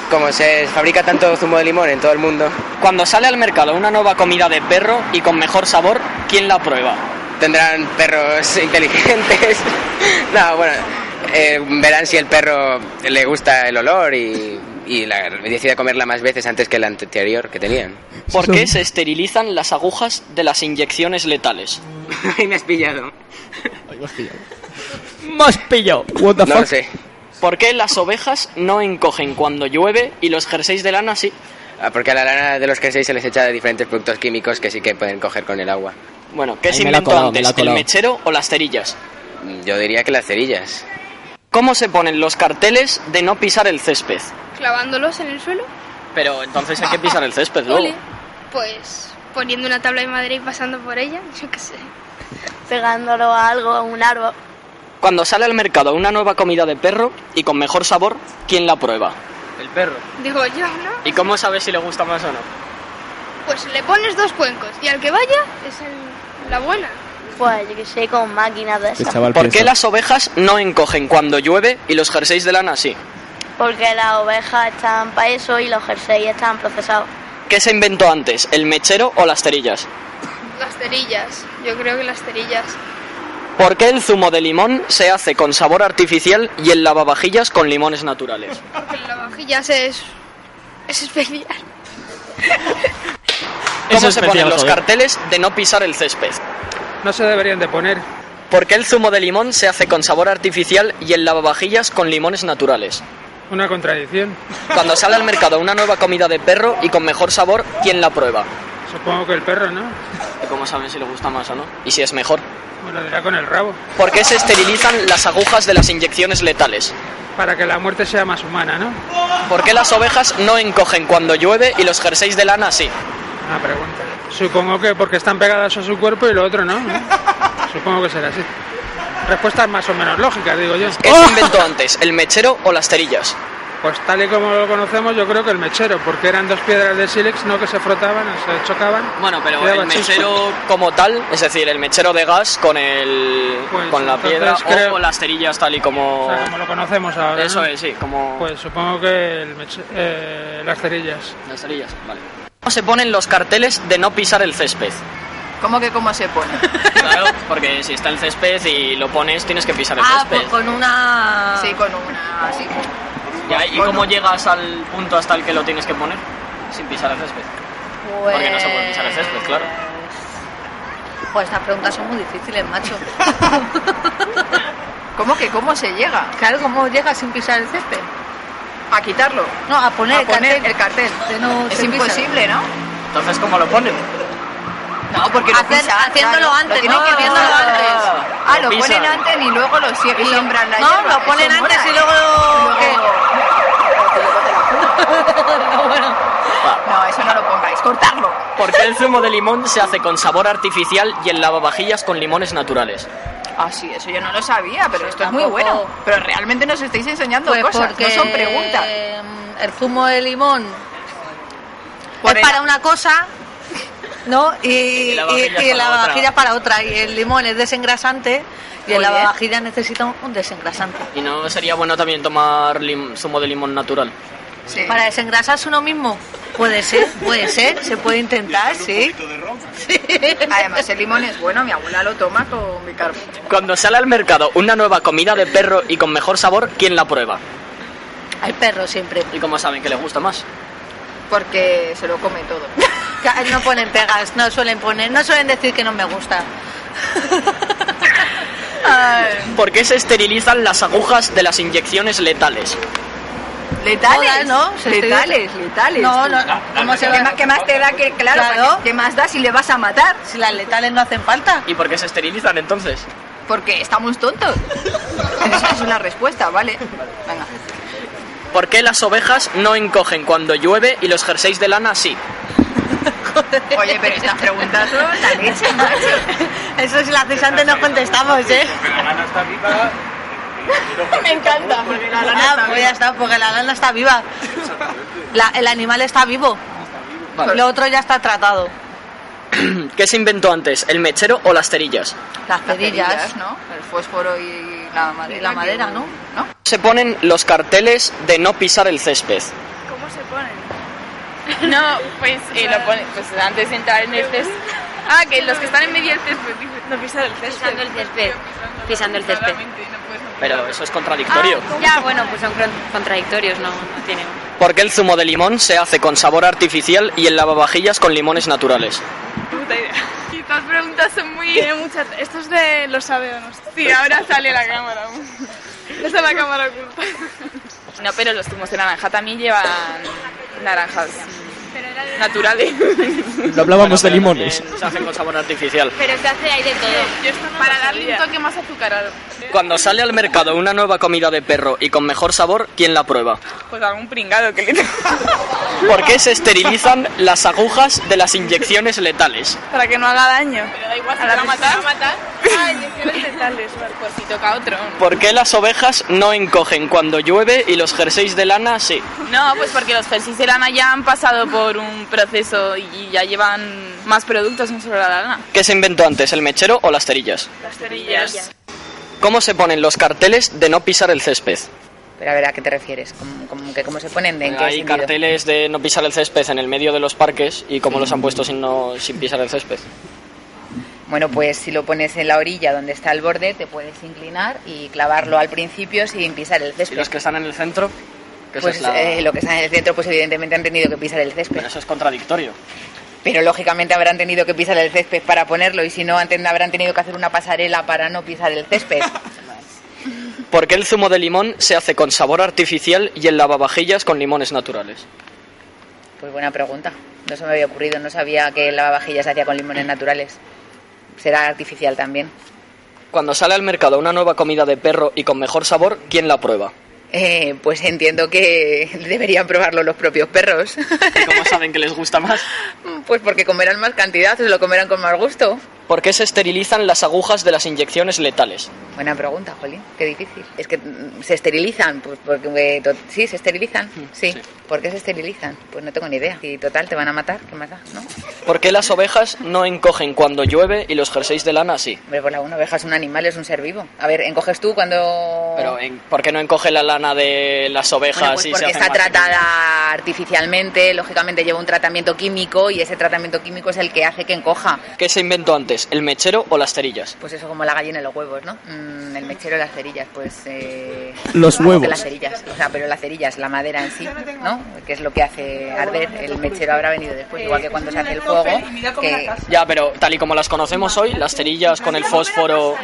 S15: Como se fabrica tanto zumo de limón en todo el mundo,
S7: Cuando sale al mercado una nueva comida de perro y con mejor sabor, ¿quién la prueba?
S15: tendrán perros inteligentes. no, bueno, eh, verán si el perro le gusta el olor y, y la, decide comerla más veces antes que la anterior que tenían.
S7: ¿Por qué se esterilizan las agujas de las inyecciones letales?
S15: Ahí me has pillado.
S7: me has pillado. Me has pillado.
S15: What the No fuck? lo sé.
S7: ¿Por qué las ovejas no encogen cuando llueve y los jerseys de lana sí?
S15: Ah, Porque a la lana de los que se les echa de diferentes productos químicos que sí que pueden coger con el agua.
S7: Bueno, ¿qué
S15: Ahí
S7: se
S15: me la ha
S7: inventó
S15: colado, me la ha
S7: antes, el
S15: colado.
S7: mechero o las cerillas?
S15: Mm, Yo diría que las cerillas.
S7: ¿Cómo se ponen los carteles de no pisar el césped?
S16: clavándolos en el suelo,
S7: Pero entonces hay que pisar el césped luego.
S16: Ole. pues poniendo una tabla de madera y pasando por ella, yo qué sé. Pegándolo a algo, a un árbol.
S7: Cuando sale al mercado una nueva comida de perro y con mejor sabor, ¿quién la prueba? El perro.
S16: Digo yo, ¿no?
S7: ¿Y cómo sabes si le gusta más o no?
S16: Pues le pones dos cuencos y al que vaya es el- la buena. Pues yo qué sé, con máquinas de
S7: ¿Por qué las ovejas no encogen cuando llueve y los jerseys de lana sí?
S17: Porque las ovejas están para eso y los jerseys están procesados.
S7: ¿Qué se inventó antes, el mechero o las cerillas?
S16: Las cerillas, yo creo que las cerillas.
S7: ¿Por qué el zumo de limón se hace con sabor artificial y el lavavajillas con limones naturales?
S16: Porque la vajillas es. es especial.
S7: ¿Cómo
S18: es
S7: se
S18: especial,
S7: ponen los
S18: joder.
S7: carteles de no pisar el césped?
S18: No se deberían de poner.
S7: ¿Por qué el zumo de limón se hace con sabor artificial y el lavavajillas con limones naturales?
S18: Una contradicción.
S7: Cuando sale al mercado una nueva comida de perro y con mejor sabor, ¿quién la prueba?
S18: Supongo que el perro, ¿no?
S7: ¿Y cómo saben si le gusta más o no? ¿Y si es mejor?
S18: Me lo dirá con el rabo.
S7: ¿Por qué se esterilizan las agujas de las inyecciones letales?
S18: Para que la muerte sea más humana, ¿no?
S7: ¿Por qué las ovejas no encogen cuando llueve y los jerseys de lana sí?
S18: Una pregunta. Supongo que porque están pegadas a su cuerpo y lo otro no. ¿no? Supongo que será así. Respuestas más o menos lógicas, digo yo. Oh.
S7: ¿Qué se inventó antes, el mechero o las cerillas?
S18: Pues tal y como lo conocemos, yo creo que el mechero, porque eran dos piedras de sílex, ¿no? Que se frotaban, o se chocaban.
S7: Bueno, pero
S18: y daba
S7: el
S18: chispa.
S7: mechero como tal, es decir, el mechero de gas con el con la
S18: Pues entonces
S7: piedra o
S18: creo-
S7: con las cerillas tal y como...
S18: O sea, como lo conocemos ahora.
S7: Eso
S18: ¿no?
S7: es, sí, como...
S18: Pues supongo que el meche- eh, las cerillas.
S7: Las cerillas, vale. ¿Cómo se ponen los carteles de no pisar el césped?
S19: ¿Cómo que cómo se pone?
S7: Claro, porque si está el césped y lo pones, tienes que pisar el
S19: ah,
S7: césped.
S19: pues con una... Pues Sí, con una... Sí.
S7: Ya,
S18: pues
S7: ¿Y cómo llegas al punto hasta el que lo tienes que poner? Sin pisar el césped. Porque no se puede pisar el césped, claro.
S19: Pues estas preguntas son muy difíciles, macho. ¿Cómo que cómo se llega? Claro, ¿cómo llega sin pisar el césped? A quitarlo. No, a poner,
S20: A
S19: el,
S20: poner
S19: cartel. de no-
S20: Es
S19: de pisar.
S20: imposible, ¿no?
S7: Entonces, ¿cómo lo ponen?
S19: No, porque lo
S20: pisa,
S19: haciéndolo
S20: claro,
S19: antes,
S20: lo tienen
S19: no,
S20: que ir viéndolo
S19: No,
S20: antes.
S19: Ah,
S20: Lo
S19: lo,
S20: pisa.
S19: ponen antes y luego lo sie- y siembran la
S20: no,
S19: hierba.
S20: lo ponen
S19: Eso
S20: antes
S19: mola.
S20: y luego-
S19: no, bueno. no, eso no lo pongáis, cortarlo.
S7: ¿Por qué el zumo de limón se hace con sabor artificial y en lavavajillas con limones naturales?
S19: Ah, sí, eso yo no lo sabía, pero esto es muy bueno. Pero realmente nos estáis enseñando Pues cosas, porque, no son preguntas. El zumo de limón es para una cosa, ¿no? Y, y, lavavajillas y para la otra. vajilla para otra. Y el limón es desengrasante y Muy el bien. lavavajillas necesita un- un desengrasante.
S7: ¿Y no sería bueno también tomar lim- zumo de limón natural?
S19: Para desengrasarse uno mismo. Puede ser, puede ser, se puede intentar, sí. Además, el limón es bueno, mi abuela lo toma con bicarbonato.
S7: Cuando sale al mercado una nueva comida de perro y con mejor sabor, ¿quién la prueba?
S19: Al perro siempre.
S7: ¿Y cómo saben que le gusta más?
S19: Porque se lo come todo. Ca- No ponen pegas, no suelen poner, no suelen decir que no me gusta. Ay,
S7: ¿Por qué se esterilizan las agujas de las inyecciones letales?
S19: ¿Letales? No, no, se
S16: Letales,
S19: estoy- No, no, ¿cómo se
S16: ¿Qué
S19: va?
S16: más- qué más te da que- claro,
S19: ¿qué más da si le vas a matar? Si las letales no hacen falta.
S7: ¿Y por qué se esterilizan entonces?
S19: Porque estamos tontos. Esa es la respuesta, ¿vale? Venga.
S7: ¿Por qué las ovejas no encogen cuando llueve y los jerseys de lana sí?
S19: Oye, pero estas preguntas son la leche, macho. Eso si la haces antes no contestamos, ¿eh? Me encanta.
S16: la lana está
S19: Ah, pues ya está, porque la lana está viva. La- el animal está vivo.
S7: Vale.
S19: Lo otro ya está tratado.
S7: ¿Qué se inventó antes, el mechero o las cerillas?
S19: Las cerillas, ¿no? El fósforo y la madera. la madera, ¿no?
S7: Se ponen los carteles de no pisar el césped.
S16: ¿Cómo se ponen?
S14: No, pues, eh, lo pone- pues antes de entrar en el césped. Ah, que los que están en medio del césped, dice, no pisar el césped. Pisando el césped.
S20: pisando el césped.
S7: Pero eso es contradictorio.
S21: Ah,
S20: ya, bueno, pues son cron- contradictorios, no, no tienen.
S7: ¿Por qué el zumo de limón se hace con sabor artificial y el lavavajillas con limones naturales?
S14: Puta idea. Y estas preguntas son muy... Tiene mucha... Esto es de los sabedonos. Sí, ahora sale la cámara. Esta es la cámara oculta. No, pero los zumos de naranja también llevan naranjas naturales.
S6: Lo hablábamos de limones.
S7: Se hacen con sabor artificial.
S14: Pero se hace ahí de todo. Para darle un toque más azucarado.
S7: Cuando sale al mercado una nueva comida de perro y con mejor sabor, ¿quién la prueba?
S14: Pues algún pringado que le
S7: ¿Por qué se esterilizan las agujas de las inyecciones letales?
S14: Para que no haga daño. Pero da igual si te va a matar. Ah, inyecciones letales. Pues si toca otro.
S7: ¿Por qué las ovejas no encogen cuando llueve y los jerseys de lana sí?
S14: No, pues porque los jerseys de lana ya han pasado por un proceso y ya llevan más productos, no solo la lana.
S7: ¿Qué se inventó antes, el mechero o las cerillas?
S14: Las cerillas.
S7: ¿Cómo se ponen los carteles de no pisar el césped?
S22: Pero a ver, ¿a qué te refieres? ¿Cómo, cómo- que, cómo se ponen? ¿En qué
S7: Hay
S22: sentido?
S7: carteles de no pisar el césped en el medio de los parques y cómo los
S22: Mm.
S7: han puesto sin, no, sin pisar el césped.
S22: Bueno, pues si lo pones en la orilla donde está el borde, te puedes inclinar y clavarlo al principio sin pisar el césped.
S7: ¿Y los que están en el centro? Que esa
S22: Pues
S7: es la-
S22: eh, lo que está en el centro, pues evidentemente han tenido que pisar el césped. Pero
S7: eso es contradictorio.
S22: Pero lógicamente habrán tenido que pisar el césped para ponerlo y si no, antes habrán tenido que hacer una pasarela para no pisar el césped.
S7: ¿Por qué el zumo de limón se hace con sabor artificial y el lavavajillas con limones naturales?
S22: Pues buena pregunta. No se me había ocurrido, no sabía que el lavavajillas se hacía con limones naturales. Será artificial también.
S7: Cuando sale al mercado una nueva comida de perro y con mejor sabor, ¿quién la prueba?
S22: Eh, pues entiendo que deberían probarlo los propios perros.
S7: ¿Cómo saben que les gusta más?
S22: Pues porque comerán más cantidad, se lo comerán con más gusto.
S7: ¿Por qué se esterilizan las agujas de las inyecciones letales?
S22: Buena pregunta, Jolín, qué difícil. Es que mm, se esterilizan, pues porque eh, to- sí, se esterilizan, sí. ¿Por qué se esterilizan? Pues no tengo ni idea. Y total, te van a matar, ¿qué más da? ¿No?
S7: ¿Por qué las ovejas no encogen cuando llueve y los jerseys de lana sí?
S22: Hombre, pues la una oveja es un animal, es un ser vivo. A ver, encoges tú cuando...
S7: Pero ¿en- ¿por qué no encoge la lana de las ovejas
S22: Bueno, pues
S7: y se
S22: porque
S7: hacen
S22: está
S7: más
S22: tratada artificialmente, lógicamente lleva un tratamiento químico y ese tratamiento químico es el que hace que encoja.
S7: pequeñas? ¿Qué se inventó antes, el mechero o las cerillas?
S22: Pues eso como la gallina en los huevos, ¿no? Mm, el mechero, las cerillas, pues... eh,
S7: Los
S22: supongo que
S7: huevos.
S22: Las cerillas, o sea, pero las cerillas, la madera en sí, ¿no? Que es lo que hace arder. El mechero habrá venido después, igual que cuando se hace el fuego. Que...
S7: Ya, pero tal y como las conocemos hoy, las cerillas con el fósforo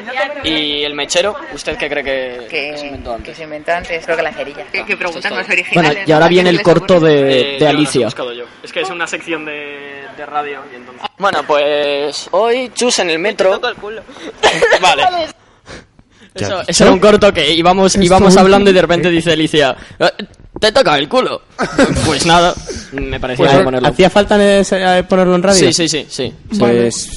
S7: y el mechero, ¿usted qué cree que, que se inventó antes?
S22: se inventó antes, creo que la cerilla. Que, preguntan los originales.
S23: Bueno, y ahora viene el corto
S7: Eh,
S23: de, de Alicia.
S7: Es que es una sección de, radio y entonces... Bueno, pues hoy Chus en el metro... vale. Eso, eso era un corto que íbamos,
S23: Esto
S7: íbamos
S23: último.
S7: hablando y de repente
S23: Pues,
S7: dice Alicia, "Eh, te toca el culo. pues nada, me parecía
S23: Pues,
S7: bien ponerlo.
S23: ¿Hacía falta en ese- eh, ponerlo en radio?
S7: Sí, sí, sí, sí.
S23: Pues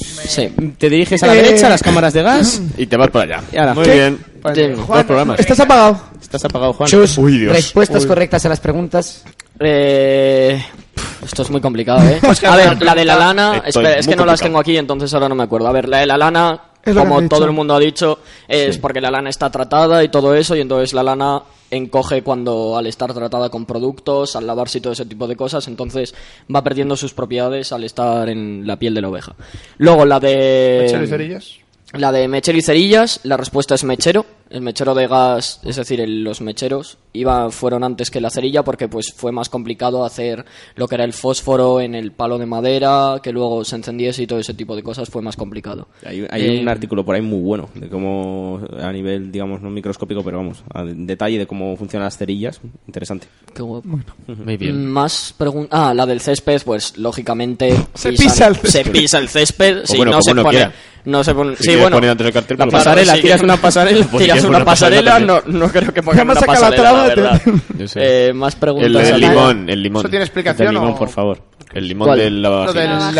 S23: te diriges a la
S6: Eh,
S23: derecha, a las cámaras de gas.
S5: Y te vas para allá.
S23: Y ahora,
S5: Muy
S23: ¿qué?
S5: bien.
S23: Pues,
S5: Bien.
S23: Juan,
S5: Dos programas.
S23: ¿estás
S4: apagado?
S23: Estás apagado, Juan.
S3: Chus,
S5: Uy, Dios.
S3: respuestas
S23: Uy.
S3: correctas a las preguntas.
S7: Eh, pf, esto es muy complicado, ¿eh?
S23: Pues
S7: A ver, la de la lana...
S23: Estoy
S7: Espera, es
S23: muy
S7: que no las
S23: complicado.
S7: tengo aquí, entonces ahora no me acuerdo. A ver, la de la lana,
S23: Es lo que
S7: como
S23: has
S7: todo
S23: dicho.
S7: el mundo ha dicho, es porque la lana está tratada y todo eso, y entonces la lana encoge cuando al estar tratada con productos, al lavarse y todo ese tipo de cosas, entonces va perdiendo sus propiedades al estar en la piel de la oveja. Luego la de...
S9: ¿Mechero y cerillas?
S7: La de mechero y cerillas, la respuesta es mechero. El mechero de gas, es decir, el- los mecheros, iba, fueron antes que la cerilla porque pues fue más complicado hacer lo que era el fósforo en el palo de madera, que luego se encendiese y todo ese tipo de cosas fue más complicado.
S5: Hay, hay
S7: Eh,
S5: un artículo por ahí muy bueno de cómo, a nivel, digamos, no microscópico, pero vamos, a detalle de cómo funcionan las cerillas. Interesante.
S7: Qué guapo.
S5: Muy bien.
S7: Más preguntas. Ah, la del césped, pues lógicamente.
S5: Se pisa el césped.
S7: Se pisa el césped.
S5: O
S7: Sí,
S5: bueno,
S7: no,
S5: como
S7: se
S5: uno
S7: pone,
S5: quiera.
S7: no se pone.
S5: Si
S7: sí,
S5: quieres
S7: bueno.
S5: poner dentro del cartel,
S7: la
S5: pues lo
S7: pasarela,
S5: pones.
S7: tiras una pasarela.
S5: Pues
S7: tiras
S5: tienes
S7: una
S5: una pasarela
S7: pasarela, no,
S5: también.
S7: no creo que
S5: Ya
S7: pongan
S5: me
S7: una
S5: has sacado la
S7: pasarela, la
S5: traba, te-
S7: verdad.
S5: Yo sé.
S7: Eh, más preguntas.
S5: El, del
S7: al-
S5: limón, el limón.
S7: ¿Eso tiene explicación
S5: El del limón,
S7: o-
S5: por favor. El limón
S7: ¿Cuál?
S5: del lavavajillas.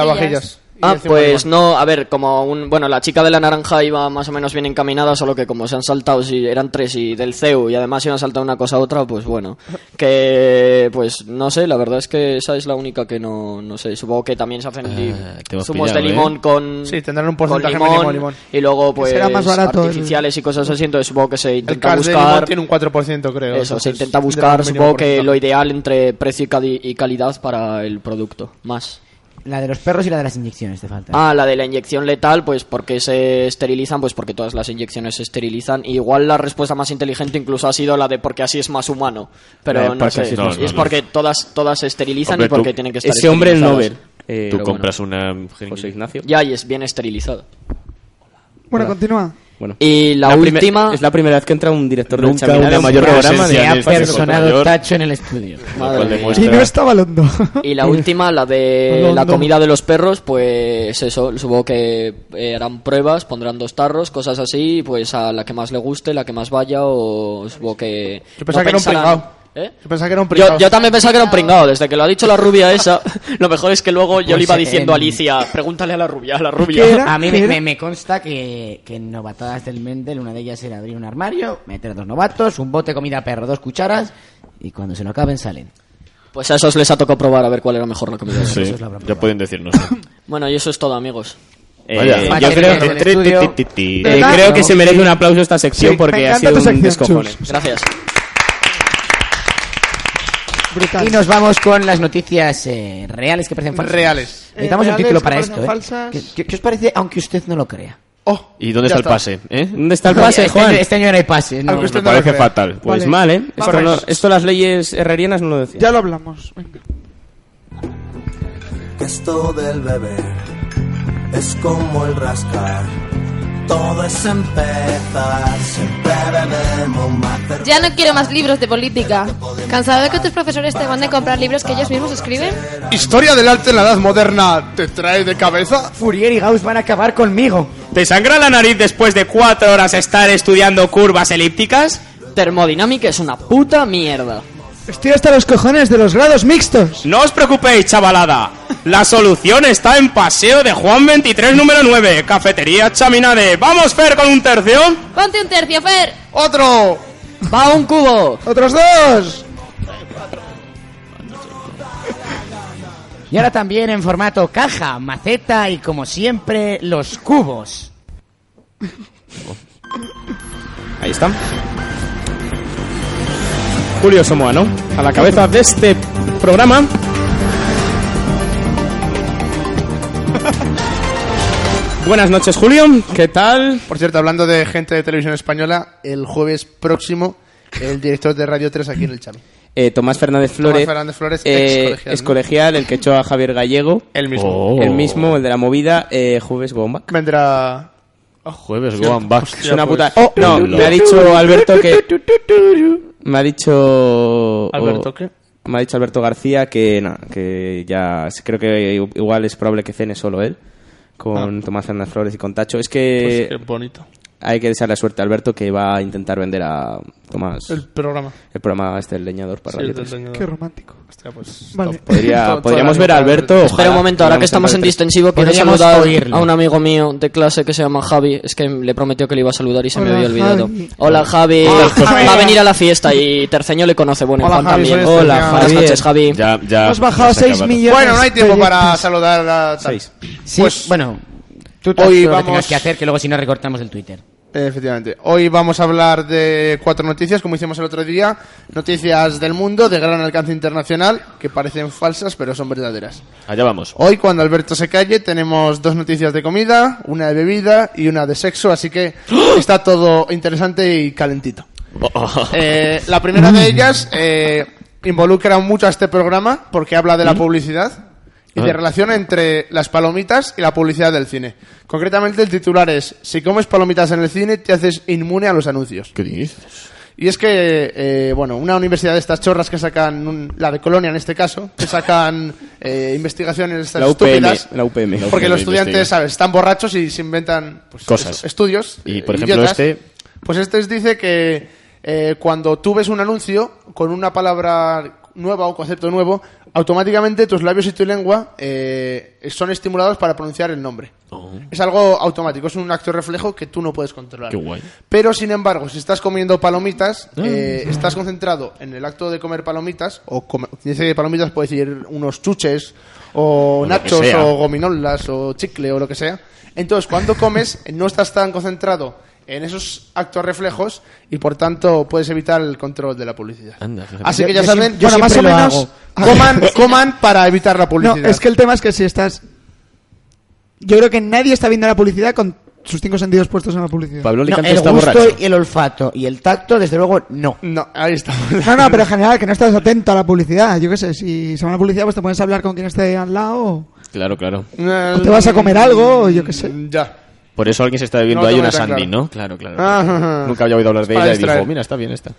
S7: Ah, pues no, a ver, como un... Bueno, la chica de la naranja iba más o menos bien encaminada, solo que como se han saltado, si eran tres y del CEU, y además iban han saltado una cosa a otra, pues bueno. Que, pues no sé, la verdad es que esa es la única que no, no sé. Supongo que también se hacen li-
S9: Ah, te hemos
S7: zumos
S9: pillado,
S7: de
S9: ¿eh?
S7: limón con...
S9: Sí, tendrán un porcentaje
S7: con
S9: mínimo de limón.
S7: Y luego,
S9: Que
S7: pues,
S9: será más barato el-
S7: artificiales y cosas así, entonces supongo que se
S9: El
S7: intenta
S9: card de limón
S7: buscar...
S9: tiene un 4%, creo.
S7: Eso, se
S9: entonces,
S7: intenta
S9: tendrá un
S7: buscar,
S9: mínimo
S7: supongo que
S9: porcentaje.
S7: lo ideal entre precio y, cali- y calidad para el producto. Más.
S3: La de los perros y la de las inyecciones te falta.
S7: Ah, la de la inyección letal, pues porque se esterilizan, pues porque todas las inyecciones se esterilizan. Y igual la respuesta más inteligente incluso ha sido la de porque así es más humano.
S5: Eh,
S7: Pero no
S5: porque
S7: sé,
S5: así es más
S7: es
S5: humano.
S7: porque todas, todas se esterilizan
S5: Hombre,
S7: y porque
S5: tú-
S7: tienen que estar
S5: ese hombre, el
S7: esterilizadas.
S5: Nobel, eh, Tú lo bueno. compras una José Ignacio.
S7: Ya, y es bien esterilizado.
S4: Bueno,
S7: Hola.
S4: continúa.
S5: Bueno.
S7: Y la
S5: prime-
S7: última-
S5: Es la primera vez que entra un director de
S3: Ah. Nunca
S5: Chaminade
S3: una
S5: a mayor programa
S3: presencia
S5: de
S3: en este personado tacho en el estudio.
S7: Madre mía.
S4: Y no estaba Londo.
S7: Y la última, la de
S4: Perdón,
S7: la
S4: no.
S7: comida de los perros, pues eso, supongo que eh, harán pruebas, pondrán dos tarros, cosas así, y pues a la que más le guste, la que más vaya, o supongo que...
S9: Yo pensaba
S7: no
S9: que era un
S7: pensarán-
S9: pringao.
S7: ¿Eh?
S9: Yo pensaba que era un
S7: Yo,
S9: pringao.
S7: yo también pensaba que era un pringao, desde que lo ha dicho la rubia esa, lo mejor es que luego yo le iba
S9: eh,
S3: Pues,
S7: diciendo a
S3: em,
S7: Alicia, pregúntale a la rubia, a la rubia.
S3: A mí me, me- me consta que, que en Novatadas del Mendel una de ellas era abrir un armario, meter dos novatos, un bote de comida a perro, dos cucharas y cuando se lo acaben salen.
S7: Pues a esos les ha tocado probar a ver cuál era mejor la comida.
S5: Sí,
S7: Eso es la-
S5: ya pueden decirnos.
S7: Bueno, y eso es todo, amigos.
S5: Eh, yo creo,
S7: Ti, ti, ti, ti, ti.
S5: Eh, creo que se merece un aplauso esta sección
S7: Sí, me
S5: porque ha
S7: encanta
S5: sido
S7: tu
S5: un
S7: sección,
S5: descojone.
S7: Gracias.
S3: Y nos vamos con las noticias eh, reales que parecen falsas.
S9: Reales.
S3: Necesitamos
S9: Eh,
S3: un
S9: reales
S3: título
S9: que
S3: para
S9: parecen
S3: esto. ¿eh?
S9: falsas.
S3: ¿Qué, qué- qué os parece, aunque usted no lo crea?
S9: Oh.
S5: ¿Y dónde
S3: Ya
S5: está
S3: está.
S5: el pase? ¿eh? ¿Dónde está el
S3: No,
S5: pase,
S3: este
S5: Juan?
S3: año- este año no hay pases, no. Aunque
S5: Me
S3: usted no lo
S5: parece
S3: crea.
S5: fatal. Pues
S3: Vale.
S5: mal, ¿eh? Esto,
S3: Vamos.
S5: no- esto las leyes herrerianas no lo decían.
S4: Ya lo hablamos. Venga.
S12: Esto del beber es como el rascar. Todo es empezar, siempre bebemos más cerveza.
S8: Ya no quiero más libros de política.
S13: ¿Cansado de que tus profesores te manden comprar libros que ellos mismos escriben?
S9: Historia del arte en la edad moderna. ¿Te trae de cabeza?
S3: Fourier y Gauss van a acabar conmigo.
S6: ¿Te sangra la nariz después de cuatro horas estar estudiando curvas elípticas?
S7: Termodinámica es una puta mierda.
S4: Estoy hasta los cojones de los grados mixtos.
S6: No os preocupéis, chavalada. La solución está en Paseo de Juan 23, número 9, Cafetería Chaminade. ¡Vamos, Fer, con un tercio!
S8: Ponte un tercio, Fer.
S9: ¡Otro!
S7: ¡Va un cubo!
S4: ¡Otros dos!
S3: Y ahora también en formato caja, maceta y como siempre, los cubos.
S6: Ahí está. Julio Somoano, a la cabeza de este programa. Buenas noches, Julio. ¿Qué tal?
S9: Por cierto, hablando de gente de televisión española, el jueves próximo, el director de Radio 3 aquí en el Chami.
S6: Eh, Tomás Fernández Flores.
S9: Fernández Flores,
S6: eh,
S9: ex colegial,
S6: ex
S9: ¿no?
S6: colegial, el que echó a Javier Gallego.
S9: El mismo.
S6: El mismo, el de la movida, eh, Jueves Gombak.
S9: Vendrá.
S5: Jueves, go and back.
S6: Es una puta.
S9: pues.
S6: Oh, no, me ha dicho Alberto que. Me ha dicho.
S9: ¿Alberto qué?
S6: Me ha dicho Alberto García que, na, que ya. Creo que igual es probable que cene solo él.
S9: Ah.
S6: Con Tomás Fernández Flores y con Tacho. Es que.
S9: Pues qué bonito.
S6: Hay que desearle suerte a Alberto que va a intentar vender a Tomás.
S9: El programa.
S6: El programa este, el leñador
S9: Sí,
S6: para Radio
S9: el del
S6: 3.
S9: leñador.
S4: Qué romántico.
S9: Hostia, pues.
S4: Vale.
S9: top.
S6: Podría-
S9: Todo- toda
S6: podríamos
S9: la
S6: ver a
S9: nota.
S6: Alberto,
S7: Espera un momento, ahora que estamos en distensivo, quiero
S6: Podríamos
S7: saludar
S6: oírle.
S7: a un amigo mío de clase que se llama Javi. Es que le prometió que le iba a saludar y se me
S6: Hola,
S7: había olvidado.
S6: Javi.
S7: Hola, Javi.
S6: Hola, Javi.
S7: Va a venir a la fiesta y Terceño le conoce. Bueno,
S9: Hola,
S7: Juan
S9: Javi,
S7: también.
S9: soy Hola, Terceño. Javi.
S7: Buenas noches, Javi.
S5: Ya, ya.
S9: Hemos bajado
S5: ya se ha
S9: 6
S5: acabado.
S9: millones. Bueno, no hay tiempo para
S3: proyectos.
S9: saludar a. tal.
S3: Sí, bueno, tú
S9: Hoy
S3: hoy lo que
S9: Pues, vamos-
S3: tengas que hacer, que luego si no recortamos el Twitter.
S9: Efectivamente. Hoy vamos a hablar de cuatro noticias, como hicimos el otro día. Noticias del mundo de gran alcance internacional, que parecen falsas, pero son verdaderas.
S23: Allá vamos.
S9: Hoy, cuando Alberto se calle, tenemos dos noticias de comida, una de bebida y una de sexo, así que está todo interesante y calentito. Eh, la primera de ellas eh, involucra mucho a este programa porque habla de la publicidad y de
S23: Mm. Ah.
S9: relación entre las palomitas y la publicidad del cine. Concretamente el titular es, si comes palomitas en el cine te haces inmune a los anuncios.
S23: ¿Qué dices?
S9: Y es que, eh, bueno, una universidad de estas chorras que sacan, un- la de Colonia en este caso, que sacan eh, investigaciones de estas
S23: La UPM,
S9: estúpidas.
S23: la UPM.
S9: Porque los
S23: Investiga.
S9: estudiantes, ¿sabes? Están borrachos y se inventan pues,
S23: Cosas.
S9: estudios.
S23: Y,
S9: eh,
S23: por ejemplo,
S9: idiotas.
S23: este-
S9: Pues este os dice que eh, cuando tú ves un anuncio con una palabra nueva o concepto nuevo, automáticamente tus labios y tu lengua eh, son estimulados para pronunciar el nombre. Es algo automático, es un acto reflejo que tú no puedes controlar.
S23: Qué Ah. guay.
S9: Pero sin embargo, si estás comiendo palomitas, eh, estás concentrado en el acto de comer palomitas, o come- dice palomitas, puede decir unos chuches, o,
S23: O lo que
S9: nachos,
S23: sea.
S9: o gominolas, o chicle, o lo que sea. Entonces, cuando comes, no estás tan concentrado en esos actos reflejos y por tanto puedes evitar el control de la publicidad.
S23: Anda,
S9: Así
S4: Yo-
S9: que ya
S4: yo
S9: saben,
S4: siem- yo
S9: bueno, más o
S4: siempre lo
S9: menos, coman, coman para evitar la
S4: No,
S9: publicidad.
S4: es que el tema es que si estás... Yo creo que nadie está viendo la publicidad con sus cinco sentidos puestos en la publicidad.
S3: No, el gusto y el olfato y el tacto, desde luego, no.
S9: No, ahí está.
S4: No, no, pero en general, que no estás atento a la publicidad. Yo qué sé, si se va a la publicidad, pues te pones a hablar con quien esté al lado. o-
S23: Claro, claro.
S4: O te vas a comer algo, o yo qué sé.
S9: eh, Ya.
S23: Por eso alguien se está bebiendo
S9: No
S23: ahí
S9: tengo
S23: una
S9: tan
S23: Sandy,
S9: claro. Ah,
S23: ¿no? Claro, claro.
S9: Ajá.
S23: Nunca había oído hablar de
S9: Para
S23: ella y
S9: distraer.
S23: dijo, mira, está bien esta.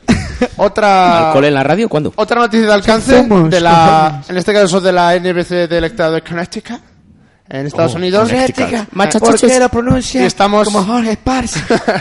S9: Otra...
S23: ¿Alcohol en la radio? ¿Cuándo?
S9: Otra noticia de alcance
S23: Somos
S9: de la, en este caso de la NBC del estado de Connecticut en Estados
S4: Oh,
S9: Unidos.
S4: Connecticut.
S9: Eh,
S4: Massachusetts. ¿Por qué lo pronuncias
S9: Y estamos
S4: como Jorge Esparza?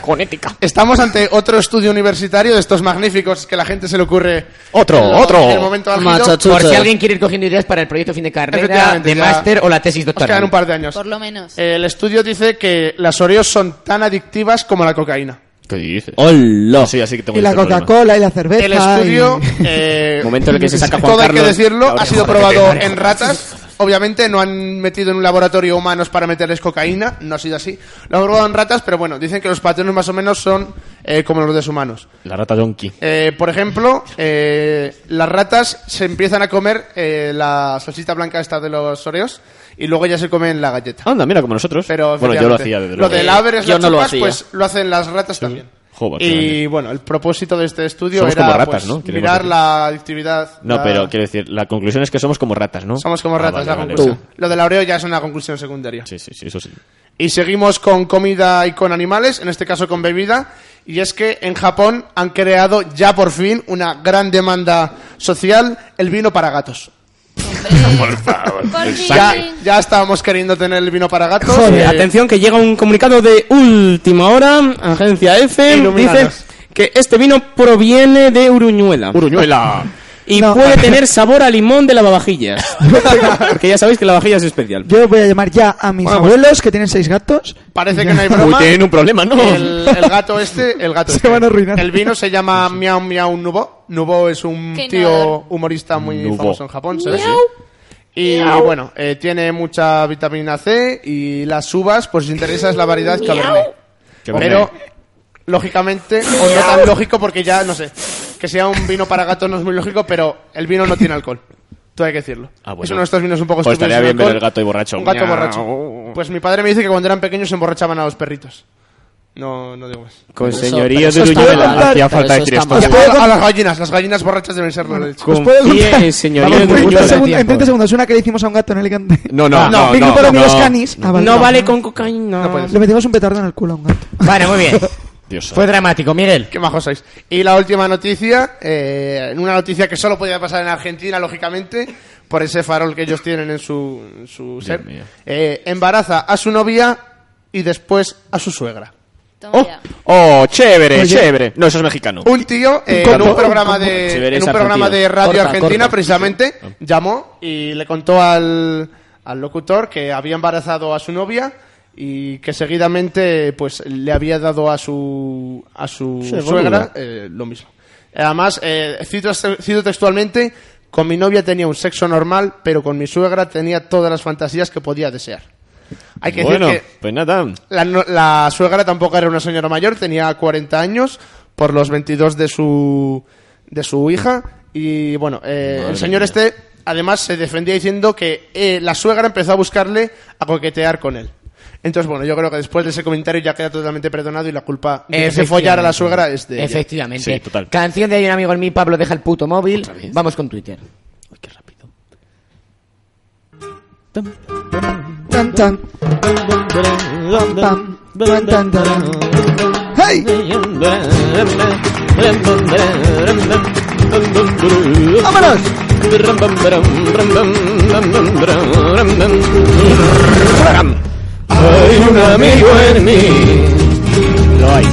S9: Estamos ante otro estudio universitario de estos magníficos que la gente se le ocurre.
S23: Otro,
S9: en lo-
S23: otro.
S9: En el momento álgido.
S3: Por si alguien quiere ir cogiendo ideas para el proyecto fin de carrera,
S9: Efectivamente,
S3: de
S9: ya.
S3: máster o la tesis
S9: Os quedan
S3: doctoral.
S9: un par de años.
S8: Por lo menos.
S9: El estudio dice que las Oreos son tan adictivas como la cocaína.
S23: ¿Qué dices? ¡Hola! Sí, así que tengo
S4: Y la
S23: este problema.
S4: Coca-Cola y la cerveza.
S9: El estudio,
S4: y-
S9: eh,
S23: Momento en el que se saca Juan
S9: todo hay que
S23: Carlos la
S9: decirlo, ha
S23: oreja.
S9: sido
S23: Joder,
S9: probado
S23: qué
S9: en ratas. Obviamente no han metido en un laboratorio humanos para meterles cocaína, no ha sido así. Lo han probado en ratas, pero bueno, dicen que los patrones más o menos son eh, como los de los humanos.
S23: La rata donkey.
S9: Eh, por ejemplo, eh, las ratas se empiezan a comer eh, la salsita blanca esta de los oreos y luego ya se comen la galleta.
S23: Anda, mira, como nosotros.
S9: Pero,
S23: bueno, yo lo
S9: efectivamente,
S23: hacía, desde
S9: Lo
S23: luego.
S9: del ave es
S23: Yo
S9: las
S23: no lo
S9: chupas,
S23: hacía.
S9: pues lo hacen las ratas también.
S23: Joder, qué
S9: y bueno, el propósito de este estudio
S23: Somos
S9: era
S23: como ratas,
S9: pues,
S23: ¿no? Queremos
S9: mirar
S23: decir.
S9: la actividad.
S23: No,
S9: la-
S23: pero quiero decir, la conclusión es que somos como ratas, ¿no?
S9: Somos como
S23: Ah,
S9: ratas,
S23: vale,
S9: la
S23: vale.
S9: conclusión.
S23: Tú.
S9: Lo del aureo ya es una conclusión secundaria.
S23: Sí, sí, sí, eso sí.
S9: Y seguimos con comida y con animales, en este caso con bebida. Y es que en Japón han creado ya por fin una gran demanda social, el vino para gatos.
S23: Por favor.
S9: Ya, ya estábamos queriendo tener el vino para gatos.
S6: Joder,
S9: Eh,
S6: atención que llega un comunicado de última hora, agencia F, dice
S9: Iluminados.
S6: que este vino proviene de Uruñuela.
S23: Uruñuela.
S6: Y puede tener sabor a limón de lavavajillas. Porque ya sabéis que la vajilla es especial.
S4: Yo voy a llamar ya a mis
S6: Bueno, pues-
S4: abuelos, que tienen seis gatos.
S9: Parece que no hay broma.
S4: Uy, tienen un problema, ¿no?
S9: El, el gato este, el gato
S4: Se
S9: este.
S4: van a arruinar.
S9: El vino se llama Miau Miau Nubo. Nubo es un
S8: Qué nadador.
S9: tío humorista muy
S23: Nubo.
S9: famoso en Japón, ¿sabes?
S8: Miau.
S9: Y
S8: Miau.
S9: bueno, eh, tiene mucha vitamina C y las uvas, pues si os interesa es la variedad
S8: Miau.
S9: Cabernet.
S23: Cabernet.
S9: Pero, lógicamente, o no tan lógico porque ya, no sé, que sea un vino para gatos no es muy lógico, pero el vino no tiene alcohol. Todo hay que decirlo.
S23: Ah, bueno.
S9: Es uno de estos vinos un poco
S23: Pues
S9: estúpidos
S23: estaría
S9: sin
S23: bien ver el
S9: alcohol.
S23: gato y borracho.
S9: Un gato
S23: Miau.
S9: borracho. Pues mi padre me dice que cuando eran pequeños se emborrachaban a los perritos. No, no digo más.
S23: Con
S9: Eso-
S23: señorías de
S9: pero eso está
S23: Uruñuela,
S9: mal.
S23: hacía
S9: Pero
S23: falta
S9: eso
S23: decir
S9: está
S23: esto.
S9: mal.
S23: ¿Os puedo
S9: A- A
S23: contar?
S9: las gallinas, las gallinas borrachas deben serlo. lo he dicho.
S23: ¿os puedo Confíe, contar? señoría
S4: Vamos,
S23: de
S4: en 30
S23: Uruñuela,
S4: segundos, en
S23: tío.
S4: 30 segundos, una que le hicimos a un gato en Alicante.
S23: No, no, no,
S4: Mi
S23: no,
S4: grupo de amigos
S23: no.
S4: canis. Ah,
S6: No vale con cocaína.
S4: Le metimos un petardo en el culo a un gato.
S3: Vale, muy bien.
S23: Dios
S3: Fue dramático, Miguel.
S9: Qué majos sois. Y la última noticia, eh, una noticia que solo podía pasar en Argentina, lógicamente, por ese farol que ellos tienen en su, en su ser. Eh, embaraza a su novia y después a su suegra.
S23: Oh, chévere,
S9: Oye.
S23: chévere. No, eso es mexicano.
S9: Un tío eh,
S23: Un
S9: en un
S23: combo.
S9: programa
S23: Se
S9: de,
S23: veréis
S9: en un
S23: argentino.
S9: programa de radio
S23: Corta,
S9: argentina,
S23: corta.
S9: precisamente, llamó y le contó al, al locutor que había embarazado a su novia y que seguidamente pues le había dado a su a su
S23: Sí, boludo.
S9: suegra eh, lo mismo. Además, eh, cito, cito textualmente, con mi novia tenía un sexo normal, pero con mi suegra tenía todas las fantasías que podía desear. Hay que
S23: bueno,
S9: decir que
S23: pues nada.
S9: la, no- la suegra tampoco era una señora mayor, tenía 40 años por los 22 de su de su hija y bueno, eh,
S23: Madre
S9: el señor
S23: mía.
S9: este además se defendía diciendo que eh, la suegra empezó a buscarle a coquetear con él. Entonces, bueno, yo creo que después de ese comentario ya queda totalmente perdonado y la culpa de que Eh, se follara a la suegra es de ella.
S3: Efectivamente. Canción de Hay un amigo en mí, Pablo, deja el puto móvil. Vamos con Twitter.
S4: Tan, tan. Pam, pam. Tan, tan, tan. ¡Hey! ¡Vámonos!
S23: Hay un amigo en mí. Lo hay.